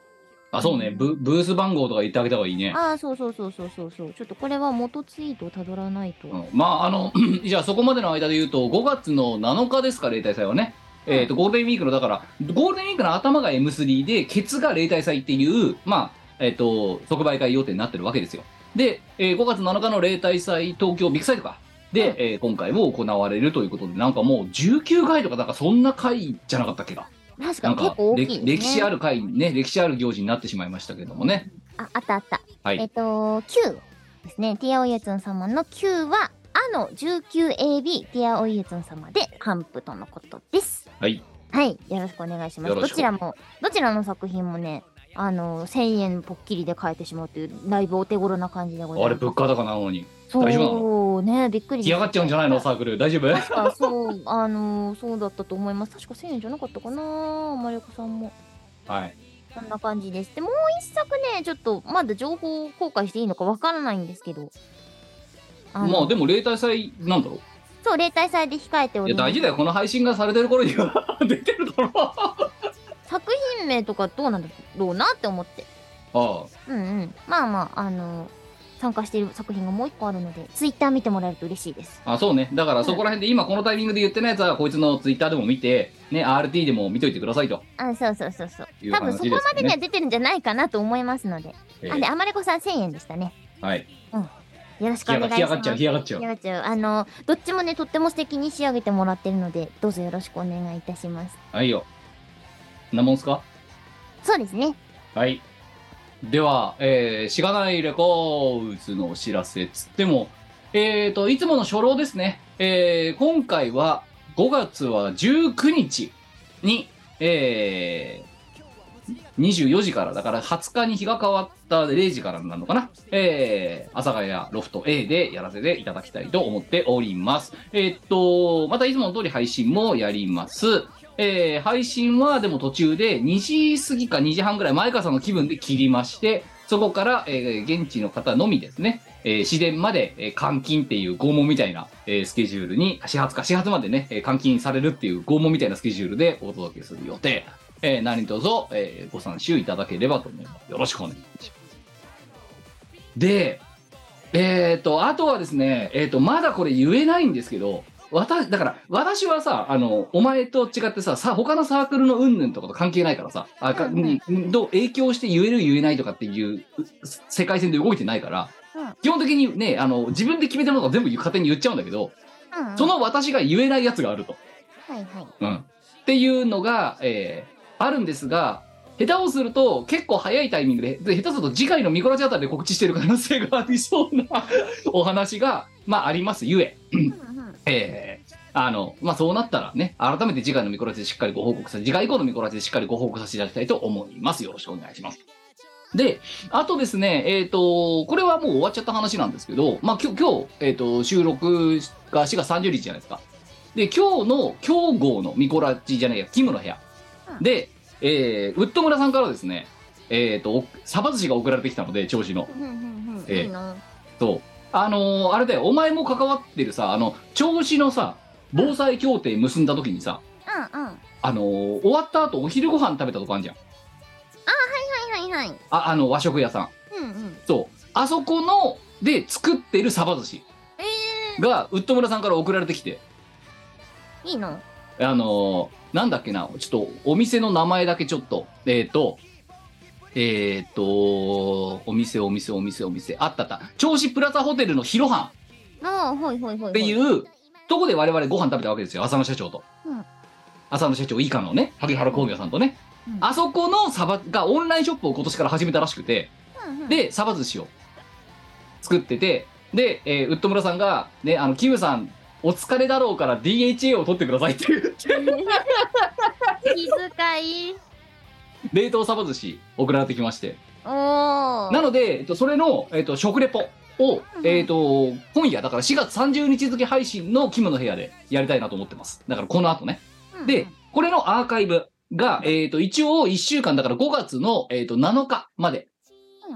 Speaker 3: あ、そうね。ブブース番号とか言ってあげた方がいいね。
Speaker 1: ああ、そうそうそうそうそうそう。ちょっとこれは元ツイートをたどらないと。
Speaker 3: うんまああの じゃあそこまでの間で言うと5月の7日ですか例大祭はね、えー、とゴールデンウィークのだからゴールデンウィークの頭が M3 でケツが例大祭っていうまあえっ、と即売会予定になってるわけですよで、えー5月7日の例大祭東京ビッグサイトかで、えー今回も行われるということでなんかもう19回とかなんかそんな回じゃなかったっけか
Speaker 1: 確か
Speaker 3: なん
Speaker 1: に
Speaker 3: か
Speaker 1: 結構大きいです
Speaker 3: 歴
Speaker 1: ね。
Speaker 3: 歴史ある回ね歴史ある行事になってしまいましたけどもね
Speaker 1: あ、あったあった。
Speaker 3: はい
Speaker 1: えっ、と、Q ですね。ティアオイエツン様の Q は、あの 19AB ティアオイエツン様で、ハンプとのことです。
Speaker 3: はい。
Speaker 1: はい。よろしくお願いします。
Speaker 3: よろ
Speaker 1: ど
Speaker 3: しく
Speaker 1: ちらも、どちらの作品もね、あの、1000円ポッキリで買えてしまうという、だいぶお手頃な感じでござい
Speaker 3: あ
Speaker 1: ます。
Speaker 3: れ物価高なのに
Speaker 1: そう
Speaker 3: 大丈夫な
Speaker 1: ね、びっくり
Speaker 3: 来上がっちゃうんじゃないのサークル大丈夫
Speaker 1: 確かそう、あのそうだったと思います。確か1000円じゃなかったかなマリオカさんも。
Speaker 3: はい
Speaker 1: そんな感じです。で、もう一作ね、ちょっとまだ情報公開していいのかわからないんですけど。あの
Speaker 3: まあでも例大祭なんだろう
Speaker 1: そう、例大祭で控えてお
Speaker 3: い
Speaker 1: り
Speaker 3: や
Speaker 1: ま
Speaker 3: 大
Speaker 1: す
Speaker 3: 事。だよこの配信がされてる頃には 出てる だろうあ
Speaker 1: 作品名とかどうなんだろうなって思って。
Speaker 3: あ
Speaker 1: うんうん。まあまあ、あの、参加している作品がもう一個あるので、ツイッター見てもらえると嬉しいです。
Speaker 3: あそうねだからそこら辺で今このタイミングで言ってないやつはこいつのツイッターでも見てね RT でも見といてくださいと
Speaker 1: あ、そうそうそうそう。
Speaker 3: いう
Speaker 1: 多分
Speaker 3: 話
Speaker 1: そ
Speaker 3: です
Speaker 1: こ
Speaker 3: よね
Speaker 1: までには出てるんじゃないかなと思いますので。
Speaker 3: え
Speaker 1: あ、で、
Speaker 3: ー
Speaker 1: あまれこさん1000円でしたね。
Speaker 3: はい
Speaker 1: よろしくお
Speaker 3: 干
Speaker 1: 願いします。
Speaker 3: 上がっちゃう干上がっちゃう
Speaker 1: いやちょあのどっちもねとっても素敵に仕上げてもらってるのでどうぞよろしくお願いいたします
Speaker 3: はいよそんなもんすか
Speaker 1: そうですね
Speaker 3: はいでは、えー、しがないレコーズのお知らせつってもえーといつもの初老ですね、えー、今回は5月は19日にえー、24時から、だから20日に日が変わった0時からになるのかな、えー、阿佐ヶ谷ロフト A でやらせていただきたいと思っております。えーっと、またいつもの通り配信もやります。えー、配信はでも途中で2時過ぎか2時半ぐらい前川さんの気分で切りまして、そこから、えー現地の方のみですね、えー、市電まで、えー監禁っていう拷問みたいな、えースケジュールに、始発か始発までね、えー監禁されるっていう拷問みたいなスケジュールでお届けする予定。えー何卒、えーご参集いただければと思います。よろしくお願いします。で、えっ、と、あとはですね、えっ、と、まだこれ言えないんですけど、私、だから、私はさ、あの、お前と違ってさ、さ、他のサークルの云々とかと関係ないからさ、あかにどう影響して言える言えないとかっていうう世界線で動いてないから、
Speaker 1: うん
Speaker 3: 基本的にね、あの、自分で決めたものが全部勝手に言っちゃうんだけど、
Speaker 1: うんうん
Speaker 3: その私が言えないやつがあると。
Speaker 1: はいはい
Speaker 3: うん、っていうのが、えーあるんですが下手をすると結構早いタイミングでで下手すると次回のミコラジあたりで告知してる可能性がありそうなお話が、まあ、ありますゆえ
Speaker 1: うんうん
Speaker 3: えーあの、まあ、そうなったらね、改めて次回のミコラジでしっかりご報告させ、次回以降のミコラジでしっかりご報告させていただきたいと思います。よろしくお願いします。で、あとですね、えっ、と、これはもう終わっちゃった話なんですけど、まあ、今日、今日、えっ、と、収録が4月30日じゃないですか。で、今日の、今日号のミコラジじゃないや、キムの部屋。で、えー、ウッド村さんからですね、えっ、と、サバ寿司が送られてきたので、調子の。
Speaker 1: うんうんうん
Speaker 3: ええ
Speaker 1: いいの
Speaker 3: そう。あのーあれだよ、お前も関わってるさ、あの、調子のさ、防災協定結んだ時にさ、
Speaker 1: うんうんは
Speaker 3: あのー終わった後お昼ご飯食べたとこあんじゃん。
Speaker 1: いはいはい
Speaker 3: あ、あの、和食屋さん。
Speaker 1: うんうん
Speaker 3: そう。あそこの、で作ってるサバ寿司
Speaker 1: え
Speaker 3: が、ウッド村さんから送られてきて、
Speaker 1: ー、いいの
Speaker 3: あのーなんだっけな、ちょっとお店の名前だけちょっと、えっ、と、えっ、と、お店、お店、お店、お店、あったあった、銚子プラザホテルのヒロハ
Speaker 6: ああ、はいはいはい。。
Speaker 3: ンっていううとこで我々ご飯食べたわけですよ、浅野社長と。
Speaker 6: うん
Speaker 3: 浅野社長以下のね、萩原工業さんとね。
Speaker 6: うん
Speaker 3: あそこのサバがオンラインショップを今年から始めたらしくて、
Speaker 6: うんうん、
Speaker 3: で、サバ寿司を作ってて、で、えーウッド村さんが、ね、あの、キムさん、お疲れだろうから DHA を取ってくださいって言って、
Speaker 6: 気遣い。
Speaker 3: 冷凍サバ寿司送られてきまして。
Speaker 6: おお。
Speaker 3: なので、えっと、それの、えっと、食レポを、えっと、今夜、だから4月30日付配信のキムの部屋でやりたいなと思ってます。だからこの後ね。
Speaker 6: うん
Speaker 3: で、これのアーカイブが、えっと、一応1週間、だから5月の、えっと、7日まで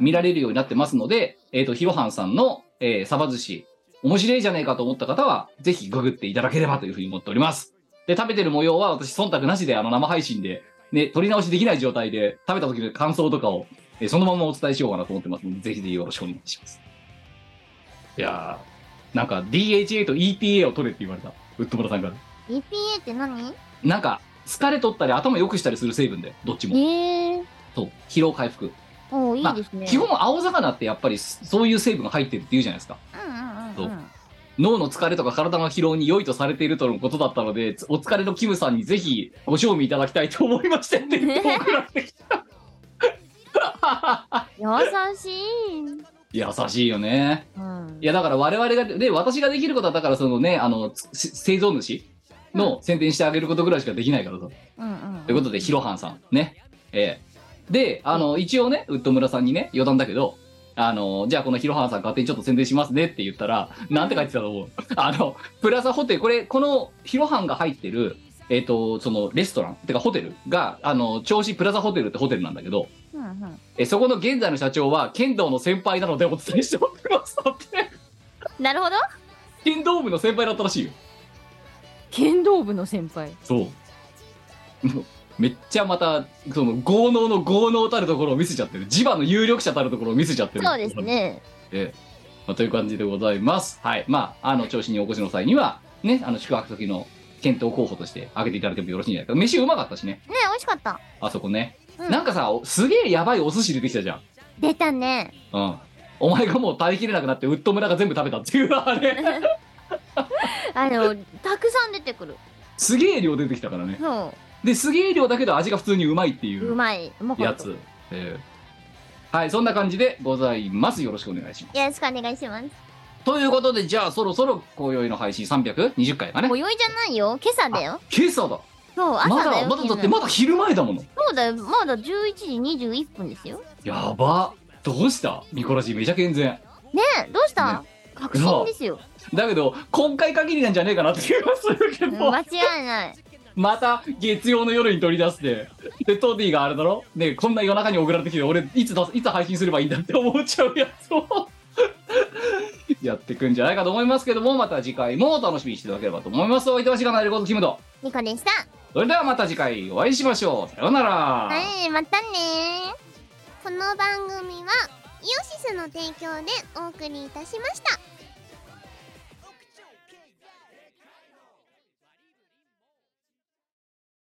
Speaker 3: 見られるようになってますので、えっと、ひろはんさんの、えー、サバ寿司、面白いじゃないかと思った方は、ぜひググっていただければというふうに思っております。で、食べてる模様は私、忖度なしで、あの、生配信で、ね、撮り直しできない状態で、食べた時の感想とかを、えーそのままお伝えしようかなと思ってますので、ぜひぜひよろしくお願いします。いやー、なんか DHA と EPA を取れって言われた、ウッド村さんから。
Speaker 6: EPA って何
Speaker 3: なんか、疲れ取ったり頭良くしたりする成分で、どっちも。
Speaker 6: ええー。
Speaker 3: そう、疲労回復。
Speaker 6: おお、いいですね。
Speaker 3: 基本青魚ってやっぱりそういう成分が入ってるって言うじゃないですか。
Speaker 6: うんうんうんうん。
Speaker 3: 脳の疲れとか体の疲労に良いとされているとのことだったので、お疲れのキムさんにぜひご賞味いただきたいと思いましてって言って送られてきた。
Speaker 6: 優しい。
Speaker 3: 優しいよね。
Speaker 6: うん
Speaker 3: い。やだから我々がで私ができることはだからそのねあのつせ製造主の宣伝してあげることぐらいしかできないからと。
Speaker 6: うんうん。
Speaker 3: ということでヒロハンさんね。ええであの一応ねウッド村さんにね余談だけど。あのじゃあこのヒロハンさん勝手にちょっと宣伝しますねって言ったらなんて書いてたと思うあのプラザホテルこれこのヒロハンが入ってるえっ、とそのレストランてかホテルがあの銚子プラザホテルってホテルなんだけど
Speaker 6: うんうん。
Speaker 3: えそこの現在の社長は剣道の先輩なのでお伝えしておりますだって
Speaker 1: なるほど
Speaker 3: 剣道部の先輩だったらしいよ
Speaker 1: 剣道部の先輩
Speaker 3: そうめっちゃまたその豪農の豪農たるところを見せちゃってる磁場の有力者たるところを見せちゃってる
Speaker 6: そうですね。
Speaker 3: ええまあ、という感じでございますはいまああの調子にお越しの際にはねあの宿泊先の検討候補として挙げていただいてもよろしいんじゃないか飯うまかったしね
Speaker 6: ね美味しかった。
Speaker 3: あそこね、
Speaker 6: うん
Speaker 3: なんかさおすげえやばいお寿司出てきたじゃん
Speaker 6: 出たね。
Speaker 3: うんお前がもう耐えきれなくなってウッド村が全部食べたっていうあ れ
Speaker 6: あの、たくさん出てくる。
Speaker 3: すげえ量出てきたからね
Speaker 6: そ
Speaker 3: ですげえ量だけど味が普通にうまいっていう
Speaker 6: う。うまい。うまか
Speaker 3: や
Speaker 6: った。よ
Speaker 3: つ、えーはいそんな感じでございますよろしくお願いします
Speaker 6: ろしくお願いします。
Speaker 3: ということでじゃあそろそろ今宵の配信320回 かね
Speaker 6: お酔いじゃないよ。今朝だよ。
Speaker 3: 今朝だ
Speaker 6: そう、
Speaker 3: ま
Speaker 6: 朝だ
Speaker 3: だ
Speaker 6: よ。
Speaker 3: まだだっ
Speaker 6: 昨
Speaker 3: て
Speaker 6: 日
Speaker 3: まだ昼前だもの
Speaker 6: そうだよ。まだ11時21分ですよ。
Speaker 3: やばどうしたミコラジめちゃ健全
Speaker 6: ねえ、どうした確信ですよ。
Speaker 3: だけど今回限りなんじゃねえかなって気がするけ
Speaker 6: うん
Speaker 3: ど
Speaker 6: 間違いない。
Speaker 3: また月曜の夜に取り出してでトーディがあれだろねえこんな夜中に送られてきて俺いつだいつ配信すればいいんだって思っちゃうやつを やっていくんじゃないかと思いますけどもまた次回もお楽しみにしていただければと思いますお相手はしがないレコードキムと
Speaker 6: ニコでした。
Speaker 3: それではまた次回お会いしましょうさようなら、
Speaker 6: はい、またねー。
Speaker 4: この番組はイオシスの提供でお送りいたしました